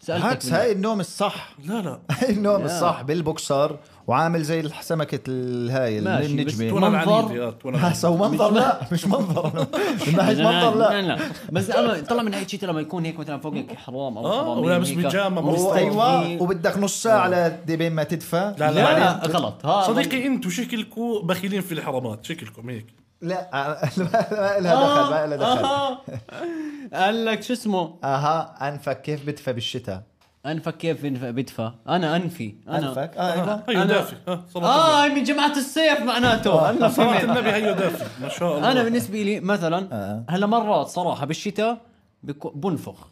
Speaker 2: سالتك
Speaker 1: بالعكس
Speaker 2: بالله.
Speaker 1: هاي النوم الصح
Speaker 3: لا لا
Speaker 1: هاي النوم الصح بالبوكسر وعامل زي سمكه الهاي
Speaker 2: ماشي، بس
Speaker 1: النجمه
Speaker 2: تونة-
Speaker 3: وانا
Speaker 2: منظر.
Speaker 3: العنيد يا أخت، وأنا
Speaker 1: هسا هو منظر لا مش منظر من ناحيه منظر لا
Speaker 2: بس انا طلع من هاي الشتاء لما يكون هيك مثلا فوقك حرام او
Speaker 3: آه،
Speaker 2: حرامين
Speaker 3: ولابس
Speaker 2: هيك.
Speaker 3: بيجامة
Speaker 2: مو-
Speaker 3: مستوى. آه.
Speaker 1: ايوه وبدك نص ساعه لدي بين ما تدفى
Speaker 3: لا،
Speaker 2: لا
Speaker 1: بعدين-
Speaker 2: لا غلط ها
Speaker 3: صديقي انتوا شكلكم بخيلين في الحرامات شكلكم هيك
Speaker 1: لا ما لها دخل ما لها دخل
Speaker 2: آه. قال لك شو اسمه
Speaker 1: اها انفك كيف بدفى بالشتاء
Speaker 2: انفك كيف بنف- بدفى انا انفي انا
Speaker 1: انفك اه ايوه
Speaker 3: هيو
Speaker 2: أنا-
Speaker 3: أيوة، دافي ها صلاة
Speaker 2: اه هاي من جماعه السيف معناته هلا
Speaker 3: النبي. صلاة
Speaker 2: فهمت.
Speaker 3: النبي هيو دافي ما شاء الله
Speaker 2: انا بالنسبه لي مثلا
Speaker 1: آه.
Speaker 2: هلا مرات صراحه بالشتاء بكو- بنفخ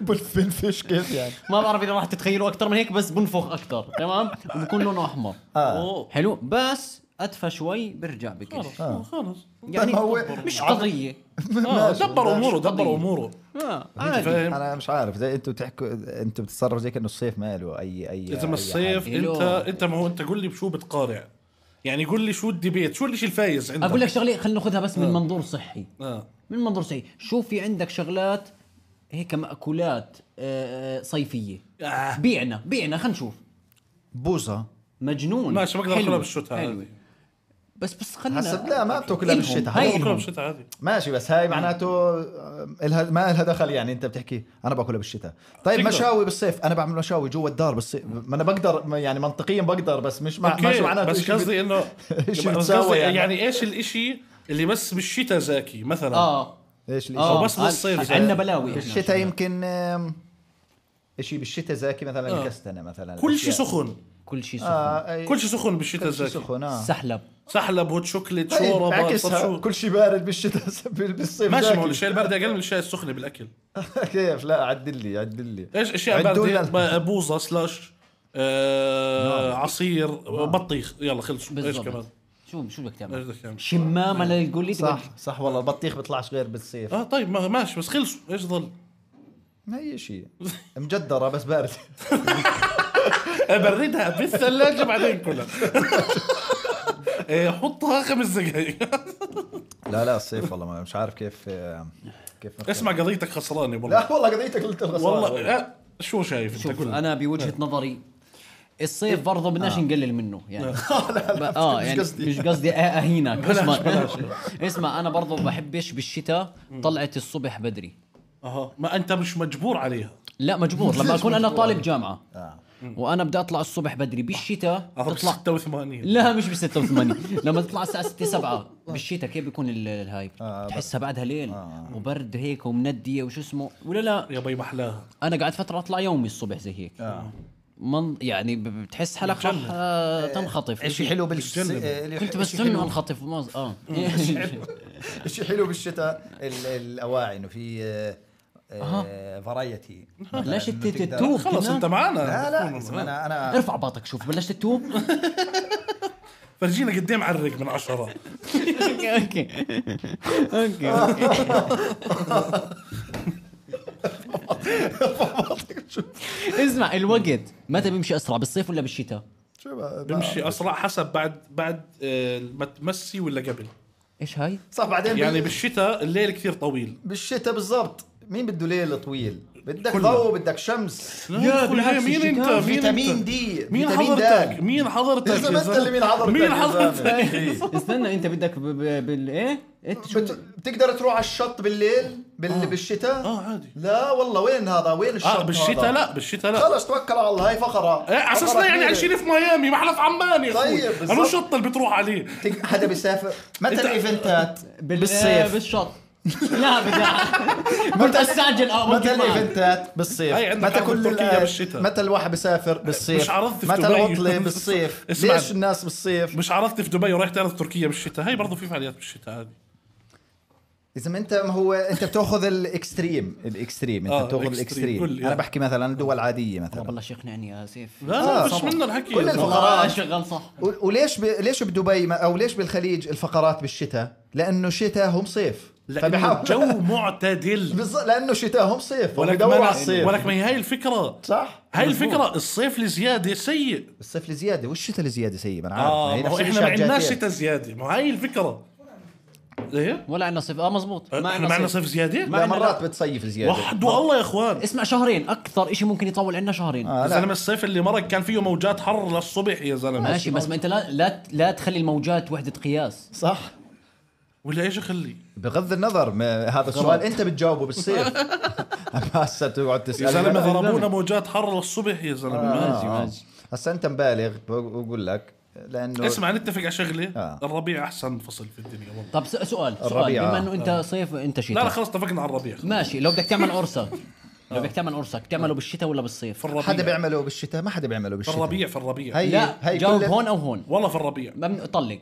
Speaker 1: بالفنفش كيف يعني
Speaker 2: ما بعرف اذا راح تتخيلوا اكثر من هيك بس بنفخ اكثر تمام وبكون لونه احمر
Speaker 3: آه. أوه.
Speaker 2: حلو بس ادفى شوي برجع بكل
Speaker 3: خلص خلص
Speaker 2: يعني
Speaker 1: طب هو-
Speaker 2: مش قضيه
Speaker 3: آه، دبر اموره
Speaker 2: قضية.
Speaker 3: دبر اموره
Speaker 2: آه
Speaker 3: انت
Speaker 2: عادي
Speaker 3: فاهم
Speaker 1: انا مش عارف زي انتم بتحكوا انتم بتتصرفوا زي كانه الصيف ما له اي اي
Speaker 3: اذا
Speaker 1: أي
Speaker 3: ما الصيف
Speaker 1: حاجة.
Speaker 2: حاجة.
Speaker 3: انت
Speaker 2: إله.
Speaker 3: انت ما هو انت قول لي بشو بتقارع يعني قول لي شو الديبيت شو الشيء الفايز عندك
Speaker 2: اقول لك شغله خلينا ناخذها بس من منظور صحي
Speaker 3: آه.
Speaker 2: من منظور صحي شو في عندك شغلات هيك مأكولات آه، آه، صيفيه
Speaker 3: آه.
Speaker 2: بيعنا بيعنا خلينا نشوف
Speaker 1: بوزه
Speaker 2: مجنون
Speaker 3: ماشي بقدر
Speaker 2: حلو،
Speaker 3: اكلها بالشتاء
Speaker 2: حلو.
Speaker 3: عادي
Speaker 2: بس بس خلينا
Speaker 1: حسب لا ما بتاكلها
Speaker 2: إلهم.
Speaker 1: بالشتاء
Speaker 2: هاي
Speaker 1: هاي
Speaker 2: إلهم.
Speaker 3: باكلها بالشتاء عادي
Speaker 1: ماشي بس هاي معناته آه، الها ما لها دخل يعني انت بتحكي انا باكلها بالشتاء طيب
Speaker 3: تقدر.
Speaker 1: مشاوي بالصيف انا بعمل مشاوي جوا الدار بالصيف ما انا بقدر ما- يعني منطقيا بقدر بس مش مع مش
Speaker 3: اوكي
Speaker 1: معناته
Speaker 3: بس
Speaker 1: إشي بت-
Speaker 3: قصدي انه
Speaker 1: إيش
Speaker 3: بس
Speaker 1: بتساوي
Speaker 3: قصدي
Speaker 1: يعني؟
Speaker 3: يعني ايش الاشي اللي بس بالشتاء زاكي مثلا
Speaker 2: اه
Speaker 3: آه،
Speaker 1: ايش الاشي
Speaker 2: اه
Speaker 3: أو بس بالصيف.
Speaker 2: عندنا بلاوي إحنا.
Speaker 1: بالشتاء يمكن آم، شيء بالشتاء زي كي مثلا
Speaker 3: آه.
Speaker 1: الكستنه مثلا
Speaker 3: كل شيء
Speaker 1: أشياء.
Speaker 3: سخن
Speaker 2: كل شيء سخن
Speaker 1: آه، أي-
Speaker 3: كل شيء سخن بالشتاء
Speaker 1: كل شيء
Speaker 3: زاكي
Speaker 1: سخن آه.
Speaker 2: سحلب
Speaker 3: سحلب هوت شوكليت
Speaker 1: طيب،
Speaker 3: شوربه
Speaker 1: بعكسها،
Speaker 3: صار شو.
Speaker 1: كل شيء بارد بالشتاء بال- بالصيف
Speaker 3: ماشي
Speaker 1: زاكي.
Speaker 3: ما هو الشاي البارد اقل من الشاي السخن بالاكل
Speaker 1: كيف لا عدل لي عدل لي
Speaker 3: ايش اشياء
Speaker 1: عندنا-
Speaker 3: بارده بوظه سلاش آه عصير بطيخ يلا خلص ايش كمان
Speaker 2: بالضبط شو شو بدك
Speaker 3: ايش
Speaker 2: تعمل؟
Speaker 3: بدك تعمل؟
Speaker 2: شمامه للقول لي
Speaker 1: صح صح والله البطيخ بيطلعش غير بالصيف
Speaker 3: اه طيب ما- ماشي بس خلصوا ايش ظل؟
Speaker 1: ما هي شيء مجدره بس بارد
Speaker 3: بردها بالثلاجه بعدين كلها إيه، حطها خمس دقائق
Speaker 1: لا لا الصيف والله ما- مش عارف كيف آه، كيف نختار.
Speaker 3: اسمع قضيتك خسراني والله
Speaker 1: لا والله قضيتك قلت الغصان
Speaker 3: والله آه، شو شايف انت
Speaker 2: شوف
Speaker 3: قول
Speaker 2: انا بوجهه نظري الصيف برضه بدناش نقلل منه يعني اه
Speaker 3: آه،
Speaker 1: مش
Speaker 2: يعني
Speaker 1: قصدي.
Speaker 2: مش قصدي آه اهينك اسمع اسمع انا برضه بحبش بالشتاء طلعت الصبح بدري
Speaker 3: اها ما انت مش مجبور عليها
Speaker 2: لا مجبور لما اكون انا طالب جامعه
Speaker 1: آه.
Speaker 2: وانا بدي اطلع الصبح بدري بالشتاء
Speaker 3: اها
Speaker 2: تطلع
Speaker 3: 86
Speaker 2: لا مش ب 86 لما تطلع الساعه 6 7 بالشتاء كيف بيكون ال- الهايب تحسها بعدها ليل وبرد هيك ومنديه وشو اسمه ولا لا
Speaker 3: يا بي محلاها
Speaker 2: انا قعدت فتره اطلع يومي الصبح زي هيك
Speaker 1: آه.
Speaker 2: من يعني ب- بتحس حالك راح آه، تنخطف
Speaker 1: شيء حلو بالش-
Speaker 3: بتجنن.
Speaker 1: آه،
Speaker 2: كنت
Speaker 1: إشي
Speaker 2: بس
Speaker 1: حلو-
Speaker 2: انه انخطف ما أز- اه
Speaker 1: الشيء حلو بالشتاء ال- الاواعي انه في آه، فرايتي
Speaker 2: ليش الت- تتوب
Speaker 3: خلص
Speaker 2: كمان؟
Speaker 3: انت معانا
Speaker 1: لا لا اسمع، انا انا
Speaker 2: ارفع باطك شوف بلشت تتوب
Speaker 3: فرجينا قد ايه معرق من عشرة
Speaker 2: اوكي اوكي اوكي اوكي اسمع الوقت متى بيمشي اسرع بالصيف ولا بالشتاء؟
Speaker 1: شو بقى-
Speaker 3: بمشي اسرع حسب بعد بعد آه، ما تمسي ولا قبل
Speaker 2: ايش هاي؟
Speaker 1: صح بعدين
Speaker 3: يعني
Speaker 1: يعني
Speaker 3: بالشتاء الليل كثير طويل
Speaker 1: بالشتاء بالضبط مين بده ليل طويل بدك
Speaker 3: كله.
Speaker 1: ضوء بدك شمس
Speaker 3: لا،
Speaker 2: يا
Speaker 3: كل
Speaker 2: بالعكس
Speaker 3: هاي مين
Speaker 2: الشتاء
Speaker 3: انت مين
Speaker 1: فيتامين
Speaker 3: انت؟
Speaker 1: دي
Speaker 3: مين
Speaker 1: فيتامين
Speaker 3: حضرتك
Speaker 1: د.
Speaker 3: مين حضرتك
Speaker 1: يا
Speaker 3: يا
Speaker 1: زلمه انت
Speaker 3: زلمة؟
Speaker 1: اللي مين حضرتك
Speaker 3: مين
Speaker 1: يا زلمة؟
Speaker 3: حضرتك
Speaker 2: استنى انت بدك ب- ب- بال ايه؟ انت شو
Speaker 1: بت- بتقدر تروح على الشط بالليل بال... بالشتاء
Speaker 3: آه، عادي.
Speaker 1: لا والله وين هذا وين الشط
Speaker 3: اه بالشتاء
Speaker 1: هذا؟
Speaker 3: لا بالشتاء لا
Speaker 1: خلص توكل على الله هاي فقره
Speaker 3: ايه على اساس
Speaker 1: فقرة
Speaker 3: لا يعني
Speaker 1: كبيرة.
Speaker 3: عايشين في ميامي محلف عمان يا
Speaker 1: طيب،
Speaker 3: اخوي
Speaker 1: بالظبط.
Speaker 3: انا الشط اللي بتروح عليه
Speaker 1: تق- حدا بيسافر متى
Speaker 3: انت-
Speaker 1: الايفنتات
Speaker 2: بال- آه،
Speaker 1: بالصيف
Speaker 2: بالشط لا بدي قلت استعجل اه
Speaker 1: متى
Speaker 2: ممكن معك.
Speaker 1: الايفنتات بالصيف
Speaker 3: هاي عندك
Speaker 1: متى
Speaker 3: عرض
Speaker 1: كل
Speaker 3: تركيا
Speaker 1: ال-
Speaker 3: بالشتاء.
Speaker 1: متى الواحد بيسافر بالصيف
Speaker 3: مش عرض في
Speaker 1: متى
Speaker 3: دبي.
Speaker 1: العطله بالصيف
Speaker 3: اسمع.
Speaker 1: ليش الناس بالصيف
Speaker 3: مش عرفت في دبي ورايح تعرض تركيا بالشتاء هاي برضه في فعاليات بالشتاء عادي
Speaker 1: اذا ما انت ما هو انت بتاخذ الاكستريم الاكستريم انت
Speaker 3: آه،
Speaker 1: بتاخذ
Speaker 3: الاكستريم.
Speaker 1: الاكستريم
Speaker 3: قل لي.
Speaker 1: انا بحكي
Speaker 3: آه.
Speaker 1: مثلا دول عاديه
Speaker 2: طب
Speaker 1: مثلا
Speaker 2: والله شيخ يقنعني يا سيف
Speaker 3: لا لا
Speaker 1: آه،
Speaker 3: مش
Speaker 1: طبعاً.
Speaker 3: منا الحكي
Speaker 1: كل
Speaker 3: والله.
Speaker 1: الفقرات.
Speaker 2: والله شغال صح
Speaker 1: و- وليش ب... ليش بدبي ما... او ليش بالخليج الفقرات بالشتاء؟ لانه شتاهم صيف
Speaker 3: لأنه الجو معتدل
Speaker 1: بالظبط لانه شتاهم صيف
Speaker 3: ولك
Speaker 1: وبدوروا على
Speaker 3: ما يعني،
Speaker 1: الصيف
Speaker 3: ولك ما هي هاي الفكره
Speaker 1: صح؟
Speaker 3: هاي الفكره الصيف لزياده سيء
Speaker 1: الصيف لزياده والشتاء لزياده سيء ما انا عارف
Speaker 3: اه
Speaker 1: آه، هي
Speaker 3: ما هو
Speaker 1: نفس
Speaker 3: احنا ما
Speaker 1: الشيء
Speaker 3: عندناش
Speaker 1: الجاتين.
Speaker 3: شتاء زياده ما هاي الفكره ايه
Speaker 2: ولا عندنا صيف اه مزبوط ما
Speaker 3: احنا معنا صيف زياده
Speaker 1: لا
Speaker 2: عنا-
Speaker 1: مرات بتصيف زياده
Speaker 3: وحد والله يا اخوان
Speaker 2: اسمع شهرين اكثر شيء ممكن يطول عندنا شهرين
Speaker 1: آه،
Speaker 3: يا
Speaker 1: لا.
Speaker 3: زلمه الصيف اللي مرق كان فيه موجات حر للصبح يا زلمه
Speaker 2: ماشي بس ما انت لا لا لا تخلي الموجات وحده قياس
Speaker 1: صح
Speaker 3: ولا ايش اخلي
Speaker 1: بغض النظر ما هذا السؤال انت بتجاوبه بالصيف أما هسه تقعد
Speaker 3: يا
Speaker 1: تسال
Speaker 3: زلمه
Speaker 1: لا.
Speaker 3: ضربونا موجات حر للصبح يا زلمه
Speaker 1: آه،
Speaker 3: ماشي
Speaker 1: آه. هسه انت مبالغ بقول لك لانه
Speaker 3: اسمع نتفق على شغله
Speaker 1: آه.
Speaker 3: الربيع احسن فصل في الدنيا والله
Speaker 2: طب س- سؤال سؤال
Speaker 1: الربيع.
Speaker 2: بما انه انت صيف انت
Speaker 3: آه.
Speaker 1: إيه.
Speaker 3: لا
Speaker 2: شتاء
Speaker 3: لا خلاص آه. اتفقنا على الربيع
Speaker 2: ماشي لو بدك تعمل قرصه لو بدك تعمل قرصك بتعمله بالشتاء ولا
Speaker 3: في
Speaker 2: بالصيف
Speaker 3: الربيع
Speaker 1: حدا بيعمله بالشتاء ما حدا بيعمله
Speaker 3: في
Speaker 1: بالشتاء
Speaker 3: الربيع في الربيع
Speaker 1: هي
Speaker 2: لا
Speaker 1: هي
Speaker 2: جاوب
Speaker 1: كل-
Speaker 2: هون او هون
Speaker 3: والله في الربيع
Speaker 2: ممنوع طلق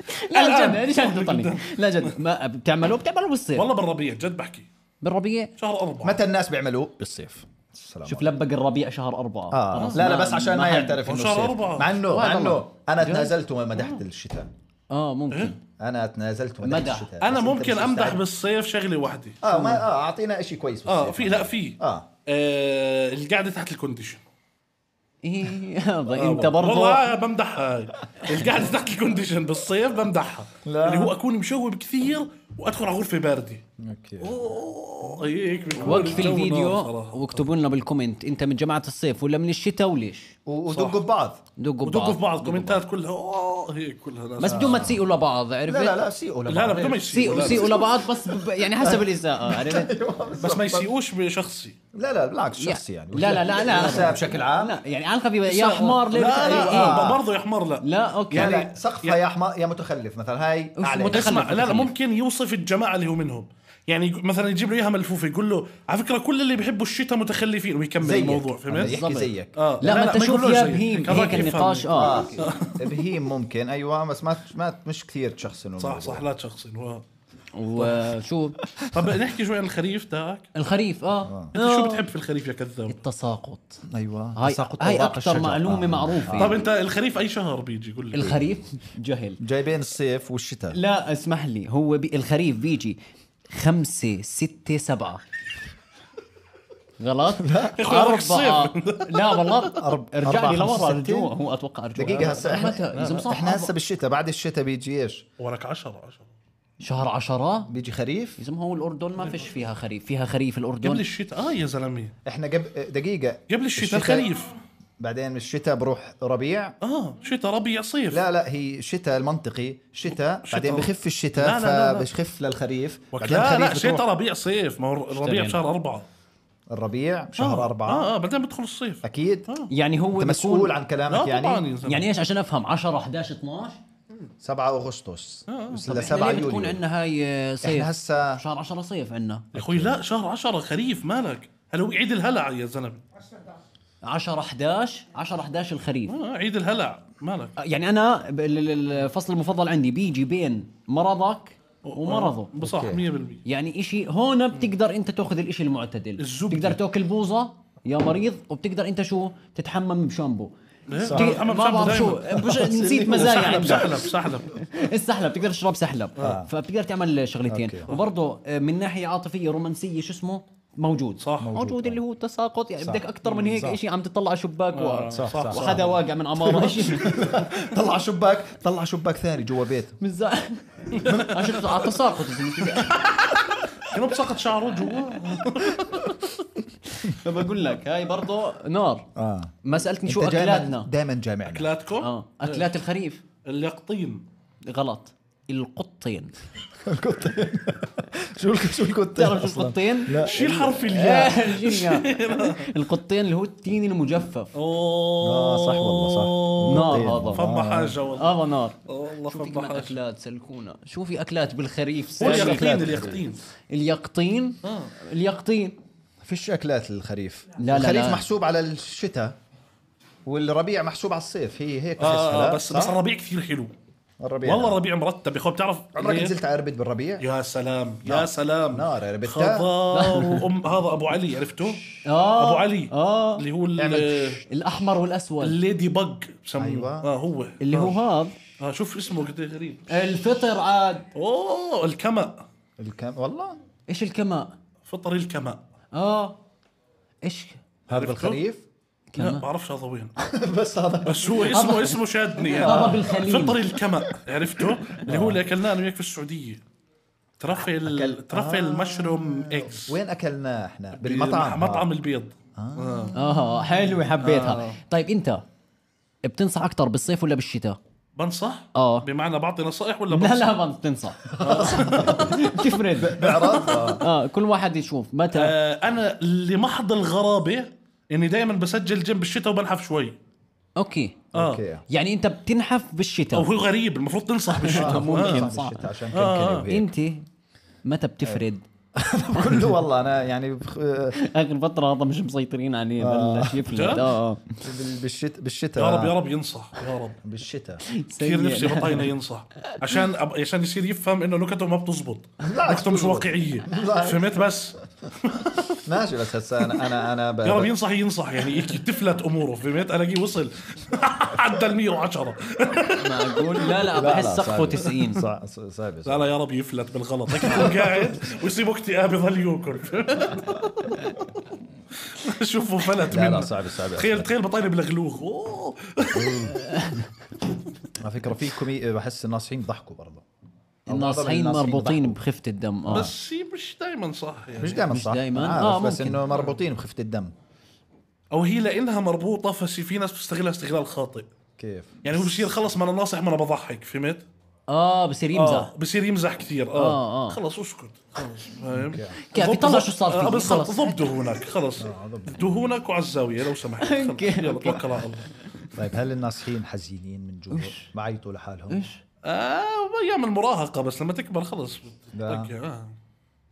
Speaker 2: لا جد ليش هتطلق يعني لا جد ما بتعمله بتعمله بالصيف
Speaker 3: والله بالربيع جد بحكي
Speaker 2: بالربيع
Speaker 3: شهر أربعة
Speaker 1: متى الناس بيعملوه بالصيف السلام
Speaker 2: شوف
Speaker 1: عليكم.
Speaker 2: لبق الربيع شهر أربعة
Speaker 1: اه
Speaker 2: خلاص
Speaker 1: لا لا بس عشان ما
Speaker 2: حد-
Speaker 1: يعترف انه
Speaker 3: شهر
Speaker 1: الصيف
Speaker 3: أربعة.
Speaker 1: مع انه مع
Speaker 2: والله.
Speaker 1: انه انا
Speaker 2: جد.
Speaker 1: تنازلت ومدحت الشتاء
Speaker 2: اه ممكن
Speaker 1: انا تنازلت ومدحت
Speaker 2: مدح.
Speaker 1: الشتاء
Speaker 3: أنا
Speaker 1: بس أنت
Speaker 3: ممكن
Speaker 1: مش
Speaker 3: أمدح
Speaker 1: مستعد.
Speaker 3: بالصيف شغلة واحدة
Speaker 1: اه ما اه اعطينا شيء كويس بالصيف
Speaker 3: آه في لا في
Speaker 1: آه.
Speaker 3: آه، القعدة تحت الكونديشن
Speaker 2: إيه، هذا انت برضه
Speaker 3: والله بمدحها هاي القعدة تحت الكونديشن بالصيف بمدحها
Speaker 1: لا.
Speaker 3: اللي هو أكون مشوب كثير وأدخل على غرفة باردة
Speaker 1: اوكي
Speaker 3: أوه، هيك بيكون
Speaker 2: وقف
Speaker 3: الجو نار
Speaker 2: الفيديو
Speaker 3: صراحة.
Speaker 2: واكتبوا لنا بالكومنت انت من جماعة الصيف ولا من الشتاء وليش؟
Speaker 1: و- ودقوا ببعض
Speaker 2: دقوا
Speaker 3: ودقوا في بعض
Speaker 2: دقوا
Speaker 3: كومنتات كلها أوه، هيك كلها ناس
Speaker 2: بس بدون ما تسيئوا لبعض عرفت؟
Speaker 1: لا لا لا سيئوا يعني. لبعض.
Speaker 3: لا لا بدون ما يسيئوا
Speaker 2: سيئوا
Speaker 3: لا،
Speaker 2: سيئوا لبعض بس ب- يعني حسب الإساءة عرفت؟
Speaker 3: بس ما يسيئوش بشخصي
Speaker 1: لا لا بالعكس شخصي يعني
Speaker 2: لا لا لا لا.
Speaker 1: النساء بشكل عام
Speaker 2: لا يعني على الخفيف يا حمار ليه
Speaker 3: لا
Speaker 2: بتعمل
Speaker 3: لا
Speaker 2: إيه؟
Speaker 3: آه، برضه يا حمار لا
Speaker 2: لا اوكي
Speaker 1: يعني
Speaker 2: يعني
Speaker 1: لا سقفها يا حما يا متخلف مثلا هاي
Speaker 2: أوف،
Speaker 1: عليك
Speaker 2: متخلف.
Speaker 3: اسمع لا لا
Speaker 2: متخلف.
Speaker 3: ممكن يوصف الجماعه اللي هو منهم يعني يق- مثلا يجيب له اياها ملفوفه يقول له على فكره كل اللي بيحبوا الشتاء متخلفين ويكمل
Speaker 1: زيك.
Speaker 3: الموضوع
Speaker 1: هذا
Speaker 3: فهمت؟
Speaker 1: يحكي
Speaker 2: بالضبط.
Speaker 1: زيك
Speaker 3: اه
Speaker 2: آه. لا, ما انت شوف
Speaker 3: يقولوش
Speaker 2: يا
Speaker 3: زيك.
Speaker 2: بهيم
Speaker 3: هذاك
Speaker 2: هيك
Speaker 3: يفهم.
Speaker 2: النقاش اه
Speaker 1: اه ابهيم ممكن ايوه بس ما ما مش كثير تشخصنه
Speaker 3: صح صح لا تشخصن هو
Speaker 2: وشو
Speaker 3: طب نحكي شوي عن الخريف تاعك
Speaker 2: الخريف اه,
Speaker 3: انت شو بتحب في الخريف يا كذاب؟
Speaker 2: التساقط
Speaker 1: ايوه
Speaker 2: هاي
Speaker 1: تساقط
Speaker 2: هاي
Speaker 1: أوراق
Speaker 2: اكثر
Speaker 1: الشجر.
Speaker 2: معلومه معروفه
Speaker 3: طب انت الخريف اي شهر بيجي قول لي
Speaker 2: الخريف جهل
Speaker 1: جايبين الصيف والشتاء
Speaker 2: لا اسمح لي هو بي الخريف بيجي خمسة ستة سبعة غلط؟ لا أربعة لا والله
Speaker 1: أرب-
Speaker 2: ارجع
Speaker 1: أربعة،
Speaker 2: لي
Speaker 1: خمسة،
Speaker 2: لورا
Speaker 1: ستة.
Speaker 2: رجوع هو أتوقع رجوع
Speaker 1: دقيقة هسه
Speaker 2: متى؟ يا زلمة
Speaker 1: احنا
Speaker 2: صح
Speaker 1: احنا
Speaker 2: أربعة.
Speaker 1: هسه بالشتاء بعد الشتاء بيجي ايش؟
Speaker 3: ولك 10 10
Speaker 2: شهر عشرة
Speaker 1: بيجي خريف
Speaker 2: يا زلمة هو الأردن ما فيش فيها خريف فيها خريف
Speaker 3: قبل
Speaker 2: الأردن
Speaker 3: الشتاء اه يا زلمه
Speaker 1: احنا قبل دقيقة
Speaker 3: قبل الشتاء الخريف
Speaker 1: بعدين من الشتاء بروح ربيع
Speaker 3: اه شتاء ربيع صيف
Speaker 1: لا لا هي شتاء المنطقي شتاء
Speaker 3: شتاء.
Speaker 1: بعدين بخف
Speaker 3: لا،
Speaker 1: الشتاء
Speaker 3: لا، لا، لا.
Speaker 1: فبخف للخريف
Speaker 3: وك-
Speaker 1: بعدين
Speaker 3: لا
Speaker 1: الخريف
Speaker 3: لا
Speaker 1: بتروح
Speaker 3: شتاء ربيع صيف ما هو الربيع
Speaker 2: اشترينا.
Speaker 3: بشهر أربعة
Speaker 1: الربيع شهر
Speaker 3: آه،
Speaker 1: أربعة
Speaker 3: اه اه بعدين بدخل الصيف
Speaker 1: أكيد
Speaker 3: آه.
Speaker 2: يعني هو
Speaker 1: أنت
Speaker 2: بيكون-
Speaker 1: مسؤول عن
Speaker 3: لا
Speaker 1: كلامك
Speaker 3: طبعا
Speaker 1: يعني
Speaker 3: يا زلمه
Speaker 2: يعني ايش عشان افهم 10 11 12
Speaker 1: 7 أغسطس
Speaker 3: آه.
Speaker 1: ل
Speaker 2: احنا
Speaker 1: 7
Speaker 2: ليه بتكون
Speaker 1: يوليو
Speaker 2: عندنا هاي صيف
Speaker 1: احنا هسه
Speaker 2: شهر 10 صيف عندنا
Speaker 3: يا اخوي لا شهر 10 خريف مالك هلا هو عيد الهلع يا زلمه
Speaker 2: 10 11 10 11 الخريف
Speaker 3: آه عيد الهلع مالك
Speaker 2: يعني انا ب- ال- ال- الفصل المفضل عندي بيجي بين مرضك ومرضه
Speaker 3: آه، صح 100%
Speaker 1: أوكي.
Speaker 2: يعني اشي هون بتقدر انت تاخذ الاشي المعتدل
Speaker 3: الزبدة.
Speaker 2: بتقدر تاكل بوظه يا مريض وبتقدر انت شو تتحمم بشامبو
Speaker 3: إيه،
Speaker 2: بت-
Speaker 3: أنا بتحمم
Speaker 2: ما بعرف شو
Speaker 3: بشامبو
Speaker 2: بش- نسيت يعني. مزايا
Speaker 3: سحلب
Speaker 2: عندك.
Speaker 3: سحلب سحلب
Speaker 2: السحلب بتقدر تشرب سحلب فبتقدر تعمل شغلتين
Speaker 1: آه. أوكي.
Speaker 2: وبرضه آه، من ناحيه عاطفيه رومانسيه شو اسمه موجود
Speaker 3: صح. موجود،
Speaker 2: موجود, اللي هو التساقط يعني بدك اكثر من هيك
Speaker 1: آه. صح. آه.
Speaker 2: شيء عم تطلع على شباك و...
Speaker 1: صح صح, صح.
Speaker 2: وحدا واقع من عماره شيء
Speaker 1: طلع شباك طلع شباك ثاني جوا بيته
Speaker 2: من زمان أنا شفت على التساقط يا زلمة.
Speaker 3: كانوا بسقط شعره جوا
Speaker 2: فبقول لك هاي برضه نار
Speaker 1: آه.
Speaker 2: ما سالتني شو
Speaker 1: أنت دائما
Speaker 2: اكلاتنا
Speaker 1: دائما جامعنا
Speaker 3: كلاتكم
Speaker 2: اه اكلات الخريف
Speaker 3: اليقطين
Speaker 2: غلط القطين
Speaker 1: شو الك- شو الكنت
Speaker 2: بتعرف شو القطين؟
Speaker 1: لا
Speaker 3: شيل حرف الياء
Speaker 2: آه، الجنيا. القطين اللي هو التين المجفف
Speaker 3: اوه
Speaker 1: اه صح والله صح طيب. آه.
Speaker 2: نار
Speaker 1: القطين.
Speaker 2: هذا
Speaker 3: فما حاجه والله
Speaker 2: آه، هذا نار
Speaker 3: والله
Speaker 2: شو في كمان
Speaker 3: فما حاجه
Speaker 2: اكلات سلكونا شو في اكلات بالخريف
Speaker 3: هو
Speaker 2: سلكونا؟
Speaker 3: اليقطين اليقطين
Speaker 2: اليقطين اليقطين
Speaker 1: فيش اكلات للخريف
Speaker 2: لا،
Speaker 1: الخريف
Speaker 2: لا.
Speaker 1: محسوب على الشتاء والربيع محسوب على الصيف هي هيك بحسها،
Speaker 3: اه
Speaker 1: لا؟
Speaker 3: بس
Speaker 1: صح؟
Speaker 3: بس الربيع كثير حلو
Speaker 1: الربيع
Speaker 3: والله الربيع مرتب يا اخوي بتعرف إيه؟
Speaker 1: عمرك
Speaker 3: ليه؟
Speaker 1: نزلت على اربد بالربيع
Speaker 3: يا سلام يا سلام
Speaker 1: نار
Speaker 2: يعني
Speaker 1: يا ربتة.
Speaker 3: خضار وام هذا ابو علي عرفته؟
Speaker 2: آه.
Speaker 3: ابو علي
Speaker 2: آه.
Speaker 3: اللي هو ال-
Speaker 1: اعمل
Speaker 2: الاحمر والاسود
Speaker 3: الليدي بق بسموه
Speaker 1: أيوة.
Speaker 3: اه هو
Speaker 2: اللي هو هذا
Speaker 3: اه شوف اسمه قد إيه غريب
Speaker 2: آه. الفطر عاد
Speaker 3: اوه الكمأ
Speaker 1: الكم والله
Speaker 2: ايش الكماء
Speaker 3: فطري الكمأ
Speaker 2: اه ايش
Speaker 1: هذا
Speaker 3: عرفته؟
Speaker 1: بالخريف
Speaker 3: لا بعرفش هذا وين
Speaker 1: بس هذا
Speaker 3: بس هو اسمه اسمه شادني يعني.
Speaker 2: هذا بالخليل. آه.
Speaker 3: فطري الكمأ عرفته اللي هو اللي اكلناه انا وياك في السعوديه ترفل
Speaker 2: آه.
Speaker 3: ترفل مشروم اكس
Speaker 1: وين اكلناه احنا بالمطعم
Speaker 3: مطعم البيض آه.
Speaker 2: اه حلوه حبيتها طيب انت بتنصح اكثر بالصيف ولا بالشتاء
Speaker 3: بنصح
Speaker 2: آه.
Speaker 3: بمعنى بعطي نصائح
Speaker 2: لا
Speaker 3: ولا
Speaker 2: آه.
Speaker 3: بنصح
Speaker 2: لا ما بتنصح تفرد
Speaker 1: بعرض آه.
Speaker 2: اه كل واحد يشوف متى
Speaker 3: آه، انا لمحض الغرابه اني دائما بسجل جيم بالشتاء وبنحف شوي
Speaker 2: اوكي
Speaker 3: اه
Speaker 1: اوكي
Speaker 2: يعني انت بتنحف بالشتاء
Speaker 3: وهو غريب المفروض تنصح بالشتاء
Speaker 2: ممكن.
Speaker 3: آه.
Speaker 2: صح.
Speaker 1: بالشتاء عشان كلكلي وهيك
Speaker 2: انت متى بتفرد
Speaker 1: كله والله انا يعني بخ- آه،
Speaker 2: اخر فتره هذا مش مسيطرين عليه بلش يفلت
Speaker 3: جد؟
Speaker 2: اه آه.
Speaker 1: بال- بالشت- بالشتاء
Speaker 3: يا رب يا رب ينصح يا رب
Speaker 1: بالشتاء
Speaker 2: سيء.
Speaker 3: كثير نفسي بطاينه ينصح عشان أب... عشان يصير يفهم انه نكته ما بتزبط نكته مش واقعيه
Speaker 1: لا.
Speaker 3: فهمت بس
Speaker 1: ماشي بس هسه انا انا انا ب-
Speaker 3: يا رب ينصح ينصح يعني هيك تفلت اموره فهمت الاقيه وصل عدى ال 110
Speaker 2: معقول لا لا بحس سقفه
Speaker 1: صعبة.
Speaker 2: 90
Speaker 1: صع- صع- صعبة
Speaker 3: لا لا يا رب يفلت بالغلط هيك يكون قاعد ويصيب اكتئاب يضل ياكل شوفوا فلت
Speaker 1: لا لا
Speaker 3: منه
Speaker 1: صعبة صعبة
Speaker 3: تخيل تخيل بطاينه بالغلوخ اوه
Speaker 2: آه.
Speaker 1: على فكره في كومي بحس الناصحين ضحكوا برضه
Speaker 2: الناصحين مربوطين بخفه الدم اه
Speaker 3: بس هي مش دائما صح يعني
Speaker 1: مش دائما
Speaker 2: مش
Speaker 1: صح
Speaker 2: دايماً؟
Speaker 1: عارف،
Speaker 2: آه،
Speaker 1: بس
Speaker 2: ممكن.
Speaker 1: انه مربوطين بخفه الدم
Speaker 3: او هي لانها مربوطه فس في ناس بتستغلها استغلال خاطئ
Speaker 1: كيف
Speaker 3: يعني هو بصير خلص ما انا ناصح ما انا بضحك فهمت؟
Speaker 2: اه بصير يمزح
Speaker 3: اه بصير يمزح كثير اه,
Speaker 2: آه، آه.
Speaker 3: خلص اسكت خلص فاهم؟
Speaker 2: كيف
Speaker 3: ضب-
Speaker 2: يطلع شو صار
Speaker 3: آه،
Speaker 2: فيه،
Speaker 3: بالضبط
Speaker 2: خلص. آه،
Speaker 3: ضب دهونك خلص دهونك وعلى الزاويه لو سمحت خلص.
Speaker 2: أوكي،
Speaker 3: يلا
Speaker 2: أوكي.
Speaker 3: توكل على الله
Speaker 1: طيب هل الناصحين حزينين من جوا بعيطوا لحالهم
Speaker 2: ايش
Speaker 3: آه ايام المراهقه بس لما تكبر خلص
Speaker 1: لا.
Speaker 3: بتطقع، آه.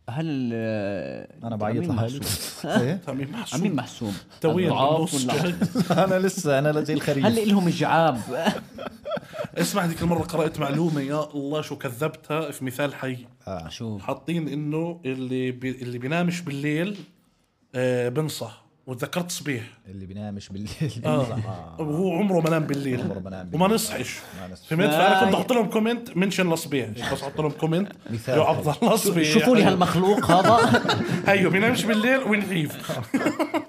Speaker 2: هل آه،
Speaker 1: انا بعيط
Speaker 2: التأمين
Speaker 1: لحالي
Speaker 2: محسوب؟
Speaker 1: إيه؟
Speaker 3: تميم
Speaker 2: عمين
Speaker 3: محسوب
Speaker 2: محسوب
Speaker 3: تويل
Speaker 2: الضعاف
Speaker 3: بالنص.
Speaker 2: والأعراض.
Speaker 1: انا لسه انا زي
Speaker 2: هل
Speaker 1: الخريف
Speaker 2: لهم جعاب
Speaker 3: اسمع هذيك المره قرات معلومه يا الله شو كذبتها في مثال حي
Speaker 2: شو
Speaker 3: حاطين انه اللي بي اللي بينامش بالليل آه بنصح وتذكرت صبيح
Speaker 1: اللي بينامش بالليل
Speaker 3: اه وهو عمره ما نام بالليل
Speaker 1: آه. عمره ما نام بالليل.
Speaker 3: وما نصحش
Speaker 1: ما نصحش.
Speaker 3: فهمت فانا كنت
Speaker 2: آه.
Speaker 3: احط لهم كومنت منشن لصبيح بس احط لهم كومنت
Speaker 1: مثال
Speaker 3: يا
Speaker 1: حي.
Speaker 3: عبد الله صبيح
Speaker 2: شوفوا لي هالمخلوق هذا
Speaker 3: هيو بينامش بالليل ونحيف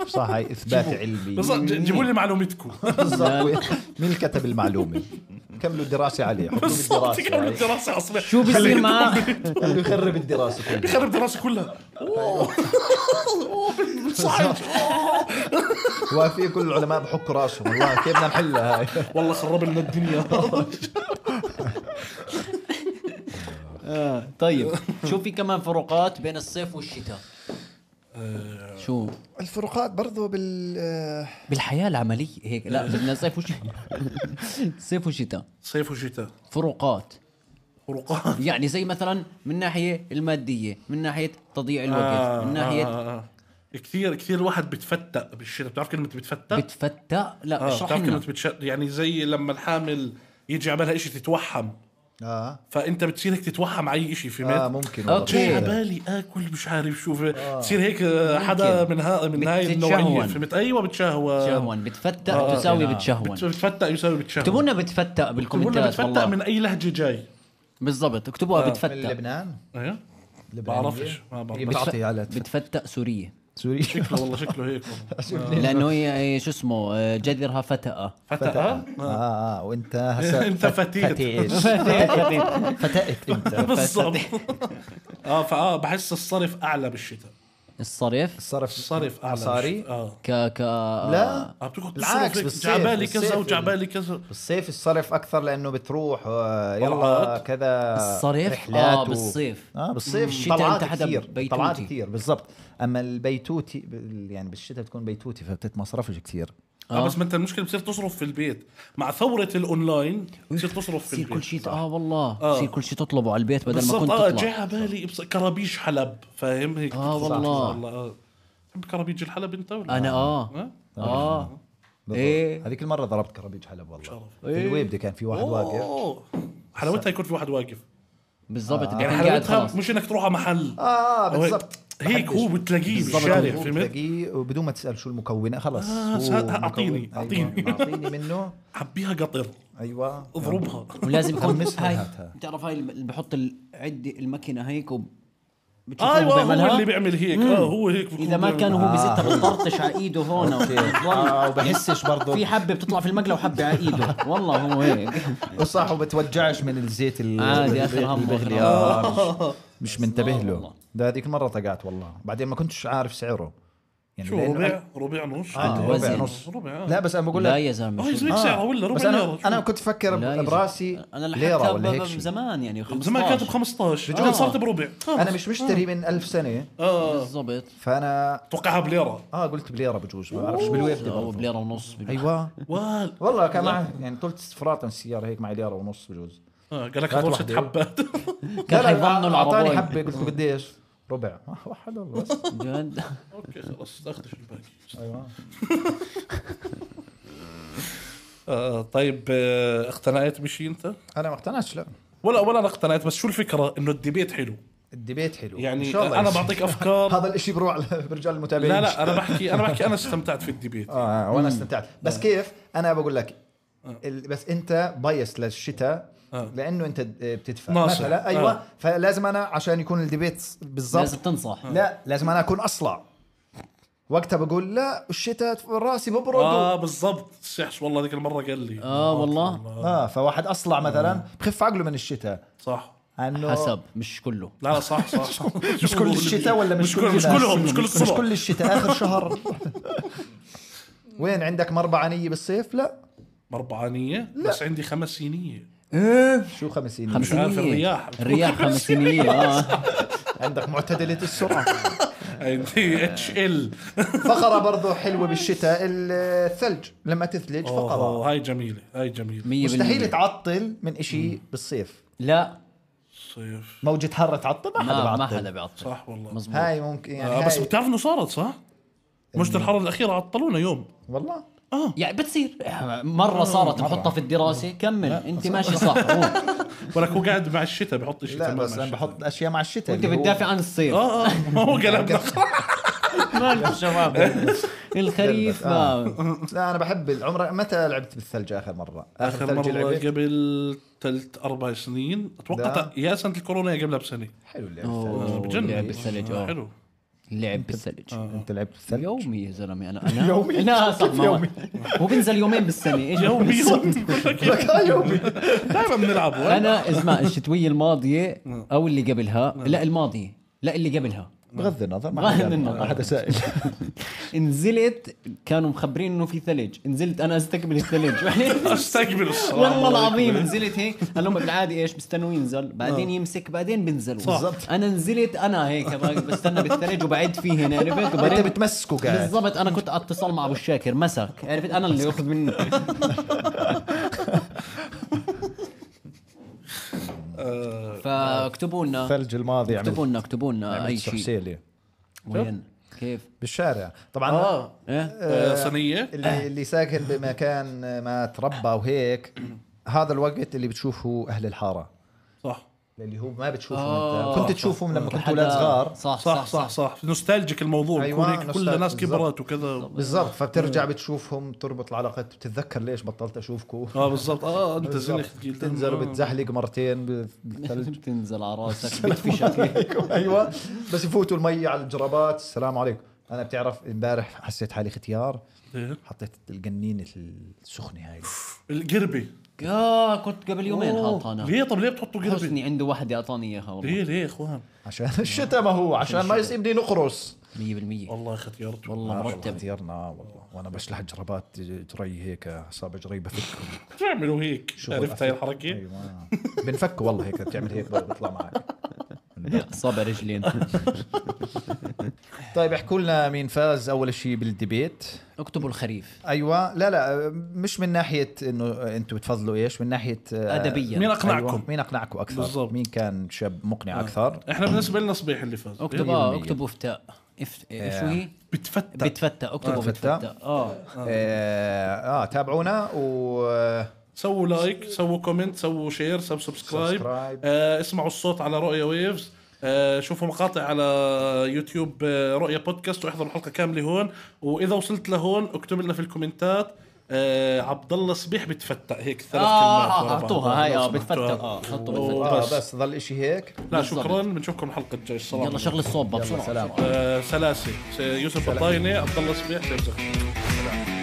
Speaker 1: صح هاي اثبات علمي
Speaker 3: بس ج- جيبوا لي معلومتكم
Speaker 1: بالضبط مين اللي كتب المعلومه كملوا الدراسه عليه حطوا
Speaker 3: بالضبط
Speaker 1: بالدراسه
Speaker 3: كملوا
Speaker 1: عليه.
Speaker 3: الدراسه اصلا
Speaker 2: شو بيصير معاه
Speaker 1: خلوه يخرب الدراسه كلها
Speaker 3: بيخرب الدراسه كلها صعب
Speaker 1: وفي كل العلماء بحكوا راسهم والله كيف بدنا نحلها هاي
Speaker 3: والله خرب لنا الدنيا
Speaker 2: آه، طيب شو في كمان فروقات بين الصيف والشتاء شو
Speaker 1: الفروقات برضو بال
Speaker 2: بالحياه العمليه هيك لا بدنا صيف وشتاء صيف وشتاء
Speaker 3: صيف وشتاء
Speaker 2: فروقات
Speaker 3: فروقات
Speaker 2: يعني زي مثلا من ناحيه الماديه من ناحيه تضييع الوقت من ناحيه
Speaker 3: آه، آه. كثير كثير الواحد بتفتق بالشتاء بتعرف كلمه بتفتق؟
Speaker 2: بتفتى لا
Speaker 3: اه
Speaker 2: اشرح
Speaker 3: بتعرف كلمه
Speaker 2: لنا
Speaker 3: بتشق يعني زي لما الحامل يجي عبالها شيء تتوحم
Speaker 1: اه
Speaker 3: فانت بتصير هيك تتوحم على اي شيء في
Speaker 1: اه
Speaker 3: مات
Speaker 1: ممكن
Speaker 2: أوكي.
Speaker 3: جاي
Speaker 1: والله.
Speaker 3: عبالي اكل مش عارف شو في- بتصير هيك آه، حدا من ها من هاي النوعيه
Speaker 2: بتتشهون.
Speaker 3: فهمت ايوه بتشهوى
Speaker 2: تشهون بتفتى
Speaker 3: آه،
Speaker 2: تساوي
Speaker 1: نعم.
Speaker 2: بتشهون
Speaker 3: بت- بتفتق يساوي بتشهوى
Speaker 2: اكتبوا لنا بتفتى
Speaker 3: بتقول لنا
Speaker 2: بالكومنتات
Speaker 3: بتفتق
Speaker 2: والله
Speaker 3: من اي لهجه جاي
Speaker 2: بالضبط اكتبوها
Speaker 1: من
Speaker 2: بتفتى
Speaker 1: لبنان
Speaker 3: ايه
Speaker 1: لبنانية؟
Speaker 3: بعرفش، ما بعرف.
Speaker 1: هي
Speaker 2: بتف-
Speaker 1: بتعطي على
Speaker 2: بتفتى سوريه
Speaker 3: آه،
Speaker 1: سوريا
Speaker 3: شكله والله شكله هيك
Speaker 2: لانه هي هي شو اسمه آه، جذرها فتأة
Speaker 3: فتق آه.
Speaker 1: اه اه وانت هسا
Speaker 3: انت فتيت.
Speaker 1: فتيت فتأت انت
Speaker 3: بالضبط اه فاه بحس الصرف اعلى بالشتاء
Speaker 2: الصرف
Speaker 1: صرف
Speaker 3: الصرف اعلى
Speaker 1: مصاري؟
Speaker 3: بالشتاء. اه
Speaker 2: ك ك
Speaker 1: لا
Speaker 3: آه، بتقعد
Speaker 1: بالعكس،
Speaker 3: تصرف
Speaker 1: بالصيف-
Speaker 3: هيك، جعبالي كذا
Speaker 1: بالصيف
Speaker 3: وجعبالي
Speaker 2: يعني.
Speaker 3: كذا
Speaker 1: بالصيف الصرف اكثر لانه بتروح آه، يلا
Speaker 3: طلعات.
Speaker 1: كذا
Speaker 2: الصيف؟
Speaker 1: رحلات
Speaker 2: آه، بالصيف.
Speaker 1: و... اه بالصيف
Speaker 2: الشتاء
Speaker 1: طلعات
Speaker 2: أنت حدا
Speaker 1: كثير
Speaker 2: بيتوتي.
Speaker 1: طلعات كثير بالضبط اما البيتوتي بال- يعني بالشتاء بتكون بيتوتي فبتتمصرفش كثير
Speaker 3: آه. بس ما انت المشكله بتصير تصرف في البيت مع ثوره الاونلاين بتصير تصرف في
Speaker 2: بصير
Speaker 3: البيت
Speaker 2: كل شيء اه والله
Speaker 3: آه.
Speaker 2: بصير كل شيء تطلبه على البيت بدل ما
Speaker 3: بالضبط
Speaker 2: كنت
Speaker 3: اه
Speaker 2: تطلع
Speaker 3: جاي على بالي بص- كرابيش حلب فاهم هيك
Speaker 2: آه،
Speaker 3: بتصير.
Speaker 2: والله.
Speaker 3: والله آه. تحب كرابيج الحلب انت ولا
Speaker 2: انا
Speaker 3: آه.
Speaker 2: اه اه
Speaker 1: بالضبط.
Speaker 2: إيه.
Speaker 1: هذيك المره ضربت كرابيج حلب والله
Speaker 3: شرف.
Speaker 1: في الويبده كان في واحد واقف
Speaker 3: إيه. أوه. حلاوتها يكون في واحد واقف
Speaker 2: بالضبط آه.
Speaker 3: يعني
Speaker 2: قاعد
Speaker 3: حلاوتها
Speaker 2: خلاص آه،
Speaker 3: مش انك تروح على محل
Speaker 1: اه
Speaker 3: أو هيك.
Speaker 1: بالضبط
Speaker 3: هيك هو بتلاقيه
Speaker 1: بالضبط
Speaker 3: بالشارع
Speaker 1: هو
Speaker 3: إيه، فهمت
Speaker 1: بتلاقيه وبدون ما تسال شو المكونه خلص
Speaker 3: آه،
Speaker 1: هو
Speaker 3: سهل-
Speaker 1: مكون.
Speaker 3: أعطيني،
Speaker 1: أيوة،
Speaker 3: أعطيني.
Speaker 1: اعطيني منه
Speaker 3: حبيها قطر
Speaker 1: ايوه
Speaker 3: اضربها
Speaker 2: ولازم يكون
Speaker 1: غمسها
Speaker 2: هاي
Speaker 1: وهاتها.
Speaker 2: بتعرف هاي اللي بحط العدة الماكينه هيك وب... بتشوفوه
Speaker 3: ايوه هو
Speaker 2: بيعملها؟
Speaker 3: اللي بيعمل هيك اه هو هيك بيكون
Speaker 2: اذا ما
Speaker 3: بيعمل.
Speaker 2: كان
Speaker 1: آه،
Speaker 2: هو
Speaker 1: هو.
Speaker 2: بزتها بطرطش على ايده هون
Speaker 1: اه
Speaker 2: وبضل
Speaker 1: وبحسش برضه
Speaker 2: في حبه بتطلع في المقله وحبه على ايده والله هو هيك
Speaker 1: وصح وبتوجعش من الزيت ال-
Speaker 2: عادي، آخر
Speaker 1: الب-
Speaker 2: هم، آخر
Speaker 1: البغلي.
Speaker 2: هم.
Speaker 1: آه، مش- مش منتبه
Speaker 2: والله.
Speaker 1: له ده هذيك المره طقعت والله بعدين ما كنتش عارف سعره يعني
Speaker 3: شو
Speaker 1: لأنه-
Speaker 3: ربع ربع نص
Speaker 1: آه،
Speaker 2: عنده
Speaker 1: ربع
Speaker 2: وزن.
Speaker 1: نص
Speaker 3: ربع آه.
Speaker 1: لا بس انا بقول
Speaker 2: لا
Speaker 1: لك
Speaker 2: يا
Speaker 3: اه يا
Speaker 2: زلمه شو-
Speaker 3: زلمه سعره ولا ربع
Speaker 1: بس
Speaker 3: ليرة،
Speaker 1: انا
Speaker 3: شو؟
Speaker 1: انا كنت افكر
Speaker 2: لا يا زلمة.
Speaker 1: براسي
Speaker 2: انا
Speaker 1: ليره
Speaker 2: آه، لحقتها
Speaker 1: ولا
Speaker 2: ب-
Speaker 1: هيك شيء
Speaker 2: زمان يعني 15
Speaker 3: زمان كانت ب 15 الان صارت بربع آه،
Speaker 1: انا آه. مش مشتري من ألف سنه
Speaker 3: اه
Speaker 2: بالضبط
Speaker 1: آه، فانا
Speaker 3: توقعها بليره
Speaker 1: اه قلت بليره بجوز ما بعرفش بالويب
Speaker 2: او
Speaker 1: برضه
Speaker 2: بليره ونص بال-
Speaker 1: ايوه
Speaker 3: وال
Speaker 1: والله كان معي يعني طولت فراتن السياره هيك معي ليره ونص بجوز
Speaker 3: آه، قال لك
Speaker 1: كانت
Speaker 3: هذول ست
Speaker 1: واحدة.
Speaker 3: حبات
Speaker 2: كان
Speaker 1: لا، لا،
Speaker 2: حيظنوا
Speaker 1: اعطاني
Speaker 2: العرباية.
Speaker 1: حبه قلت له قديش؟ ربع آه، واحد والله بس
Speaker 2: جد
Speaker 3: اوكي خلاص اخدش الباقي
Speaker 1: ايوه
Speaker 3: آه، طيب آه، اقتنعت بشيء انت؟
Speaker 1: انا ما اقتنعتش لا
Speaker 3: ولا ولا انا اقتنعت بس شو الفكره انه الديبيت حلو
Speaker 1: الديبيت حلو
Speaker 3: يعني
Speaker 1: ان شاء الله
Speaker 3: انا
Speaker 1: يصير.
Speaker 3: بعطيك افكار
Speaker 1: هذا الاشي بروح على- برجع للمتابعين
Speaker 3: لا لا انا بحكي انا بحكي انا استمتعت في الديبيت
Speaker 1: اه آه، وانا استمتعت بس كيف انا بقول لك ال- بس انت بايس للشتاء
Speaker 3: آه.
Speaker 1: لانه انت آه، بتدفع
Speaker 3: ناصح.
Speaker 1: مثلا ايوه
Speaker 3: آه.
Speaker 1: فلازم انا عشان يكون الديبيت
Speaker 2: لازم
Speaker 1: بالضبط
Speaker 2: تنصح
Speaker 1: لا لازم انا اكون اصلع وقتها بقول لا الشتاء راسي ببرد
Speaker 3: اه
Speaker 1: آه.
Speaker 3: بالضبط السحش والله ذيك المره قال لي آه،
Speaker 2: اه والله
Speaker 1: اه فواحد اصلع مثلا بخف عقله من الشتاء
Speaker 3: صح
Speaker 1: انه
Speaker 2: آه. حسب مش كله
Speaker 3: لا لا صح صح
Speaker 1: مش كل الشتاء ولا مش,
Speaker 3: مش كل مش
Speaker 1: الناس؟
Speaker 3: كلهم مش كل
Speaker 1: مش
Speaker 3: الصبح
Speaker 1: كل الشتاء اخر شهر وين عندك مربعانيه بالصيف لا
Speaker 3: مربعانيه بس عندي خمسينيه
Speaker 2: ايه
Speaker 1: شو خمسين
Speaker 3: مش عارف الرياح.
Speaker 2: الرياح خمسينية اه
Speaker 1: عندك معتدلة السرعة آه.
Speaker 3: عندي اتش ال
Speaker 1: فقرة برضو حلوة بالشتاء الثلج لما تثلج فقرة
Speaker 3: هاي جميله هاي جميله
Speaker 2: مية
Speaker 1: مستحيل
Speaker 2: بالمية
Speaker 1: تعطل من اشي بالصيف
Speaker 2: لا
Speaker 3: صيف
Speaker 1: موجة حر تعطل ما حدا
Speaker 2: آه، ما ما
Speaker 1: بعطل
Speaker 2: حدا بيعطل
Speaker 3: صح والله
Speaker 2: مزبوط
Speaker 1: هاي ممكن يعني
Speaker 3: آه بس
Speaker 1: هاي-
Speaker 3: بتعرف انه صارت صح؟ موجة الحر الأخيرة عطلونا يوم
Speaker 1: والله
Speaker 2: يعني بتصير مره صارت نحطها في الدراسه كمل انت ماشي صح روح.
Speaker 3: ولك هو قاعد مع الشتاء بحط شيء
Speaker 1: لا
Speaker 3: تمام
Speaker 1: بس
Speaker 3: مع
Speaker 1: انا
Speaker 3: الشتاء.
Speaker 1: بحط اشياء مع الشتاء
Speaker 2: انت
Speaker 1: اللي هو-
Speaker 2: بتدافع عن الصيف
Speaker 3: اه اه ما هو قلبنا
Speaker 2: مالك شباب الخريف
Speaker 1: آه.
Speaker 2: ما
Speaker 1: لا انا بحب العمر متى لعبت بالثلج اخر مره؟ اخر,
Speaker 3: آخر
Speaker 1: ثلج
Speaker 3: مرة
Speaker 1: لعبت
Speaker 3: قبل ثلاث أربع سنين أتوقع
Speaker 1: لا.
Speaker 3: ت- يا سنة الكورونا يا قبلها بسنة
Speaker 1: حلو اللعب الثلج
Speaker 2: أوه،
Speaker 3: بجنن
Speaker 2: لعب الثلج، آه.
Speaker 3: حلو
Speaker 2: لعب بالثلج
Speaker 1: انت لعبت بالثلج؟
Speaker 2: آه. يومي يا زلمه انا انا
Speaker 1: يومي؟
Speaker 2: انا صح
Speaker 1: كيف
Speaker 2: ما-
Speaker 1: يومي؟
Speaker 2: هو بينزل يومين بالسنه ايش
Speaker 3: يومي
Speaker 2: بالظبط.
Speaker 1: لك آه يومي
Speaker 3: دائما بنلعبه
Speaker 2: انا اسمع الشتويه الماضيه او اللي قبلها لا الماضيه لا اللي قبلها
Speaker 1: بغض النظر ما
Speaker 2: بغض
Speaker 1: حدا
Speaker 2: النظر.
Speaker 1: ما حدا سائل
Speaker 2: نزلت كانوا مخبرين انه في ثلج نزلت انا استقبل الثلج
Speaker 3: استقبل الصراحة
Speaker 2: والله العظيم نزلت هيك انا هم بالعاده ايش بستنوا ينزل بعدين يمسك بعدين بينزلوا
Speaker 1: بالضبط.
Speaker 2: انا نزلت انا هيك بستنى بالثلج وبعد فيه هنا عرفت
Speaker 1: انت
Speaker 2: وبعدين
Speaker 1: بتمسكه قاعد
Speaker 2: بالضبط انا كنت على اتصال مع ابو الشاكر مسك عرفت انا اللي اخذ منه
Speaker 3: آه،
Speaker 2: فاكتبوا لنا
Speaker 1: الثلج الماضي يعني
Speaker 2: اكتبوا
Speaker 1: عملت
Speaker 2: لنا اكتبوا لنا اي
Speaker 1: عملت
Speaker 2: شيء
Speaker 1: سحسيلية
Speaker 2: وين كيف
Speaker 1: بالشارع طبعا
Speaker 3: اه
Speaker 2: ايه
Speaker 3: آه، صينية
Speaker 1: اللي اللي ساكن بمكان ما تربى وهيك هذا الوقت اللي بتشوفه اهل الحاره
Speaker 3: صح
Speaker 1: اللي هو ما بتشوفه
Speaker 2: آه،
Speaker 1: انت كنت
Speaker 2: صح.
Speaker 1: تشوفهم لما كنتوا
Speaker 2: حدا-
Speaker 1: اولاد صغار
Speaker 2: صح
Speaker 3: صح صح صح نوستالجيك الموضوع
Speaker 1: أيوة،
Speaker 3: بيكون هيك كل
Speaker 1: نوستالجيك
Speaker 3: الناس
Speaker 1: بالضبط.
Speaker 3: كبرت وكذا
Speaker 1: بالضبط فبترجع بتشوفهم تربط العلاقات بتتذكر ليش بطلت اشوفكم
Speaker 3: اه بالضبط "آه." اه انت زنخت جيل
Speaker 1: تنزل بتزحلق مرتين بالثلج
Speaker 2: تنزل على راسك بتفشك
Speaker 1: ايوه بس يفوتوا المي على الجرابات السلام عليكم انا بتعرف امبارح حسيت حالي ختيار
Speaker 3: إيه.
Speaker 1: حطيت القنينه السخنه هاي
Speaker 3: القربة
Speaker 2: يا كنت قبل يومين حاطها انا
Speaker 3: ليه طب ليه بتحطوا قربة؟
Speaker 2: حسني عنده وحده اعطاني اياها والله
Speaker 3: ليه ليه يا اخوان؟
Speaker 1: عشان الشتاء ما هو عشان ما يصيبني نقرص
Speaker 2: 100%
Speaker 3: والله ختيارته
Speaker 2: والله مرتب
Speaker 1: ختيارنا والله وانا بشلح جرابات جري هيك اصابع جري بفكهم
Speaker 3: شو بيعملوا هيك؟ عرفت هاي الحركه؟
Speaker 1: ايوه بنفك والله هيك بتعمل هيك بيطلع معك
Speaker 2: صابع رجلين
Speaker 1: طيب احكوا لنا مين فاز اول شيء بالديبيت
Speaker 2: اكتبوا الخريف
Speaker 1: ايوه لا لا مش من ناحيه انه انتم بتفضلوا ايش من ناحيه آه،
Speaker 2: ادبيا
Speaker 3: مين
Speaker 1: أيوة.
Speaker 3: اقنعكم؟
Speaker 1: مين اقنعكم اكثر
Speaker 3: بالضبط. آه.
Speaker 1: مين كان شاب مقنع اكثر
Speaker 3: احنا بالنسبه لنا صبيح اللي فاز
Speaker 2: اكتب اه اكتبوا فتاء اف... إيه، شو هي؟
Speaker 3: بتفتت
Speaker 2: بتفتى اكتبوا
Speaker 1: آه، فتاء.
Speaker 2: بتفتى اه
Speaker 3: آه.
Speaker 1: اه, آه تابعونا و آه،
Speaker 3: سووا لايك سووا كومنت سووا شير سووا سبسكرايب
Speaker 1: سبسكرايب.
Speaker 3: آه اسمعوا الصوت على رؤيا ويفز آه شوفوا مقاطع على يوتيوب آه رؤيا بودكاست واحضروا الحلقه كامله هون واذا وصلت لهون اكتب لنا في الكومنتات آه عبد الله صبيح بتفتى هيك ثلاث
Speaker 2: آه،
Speaker 3: كلمات ورا بعض.
Speaker 2: حطوها هاي، آه،
Speaker 3: خلص،
Speaker 2: بتفتى.
Speaker 3: حطوها.
Speaker 2: آه، حطوا
Speaker 3: وبس.
Speaker 1: آه بس ظل اشي هيك
Speaker 3: لا
Speaker 2: بالضبط.
Speaker 3: شكرا بنشوفكم الحلقه الجايه الصراحه
Speaker 2: يلا شغل الصوب بسرعه
Speaker 1: سلام
Speaker 3: آه سلاسه يوسف بطاينه عبد الله صبيح سيف زغلول.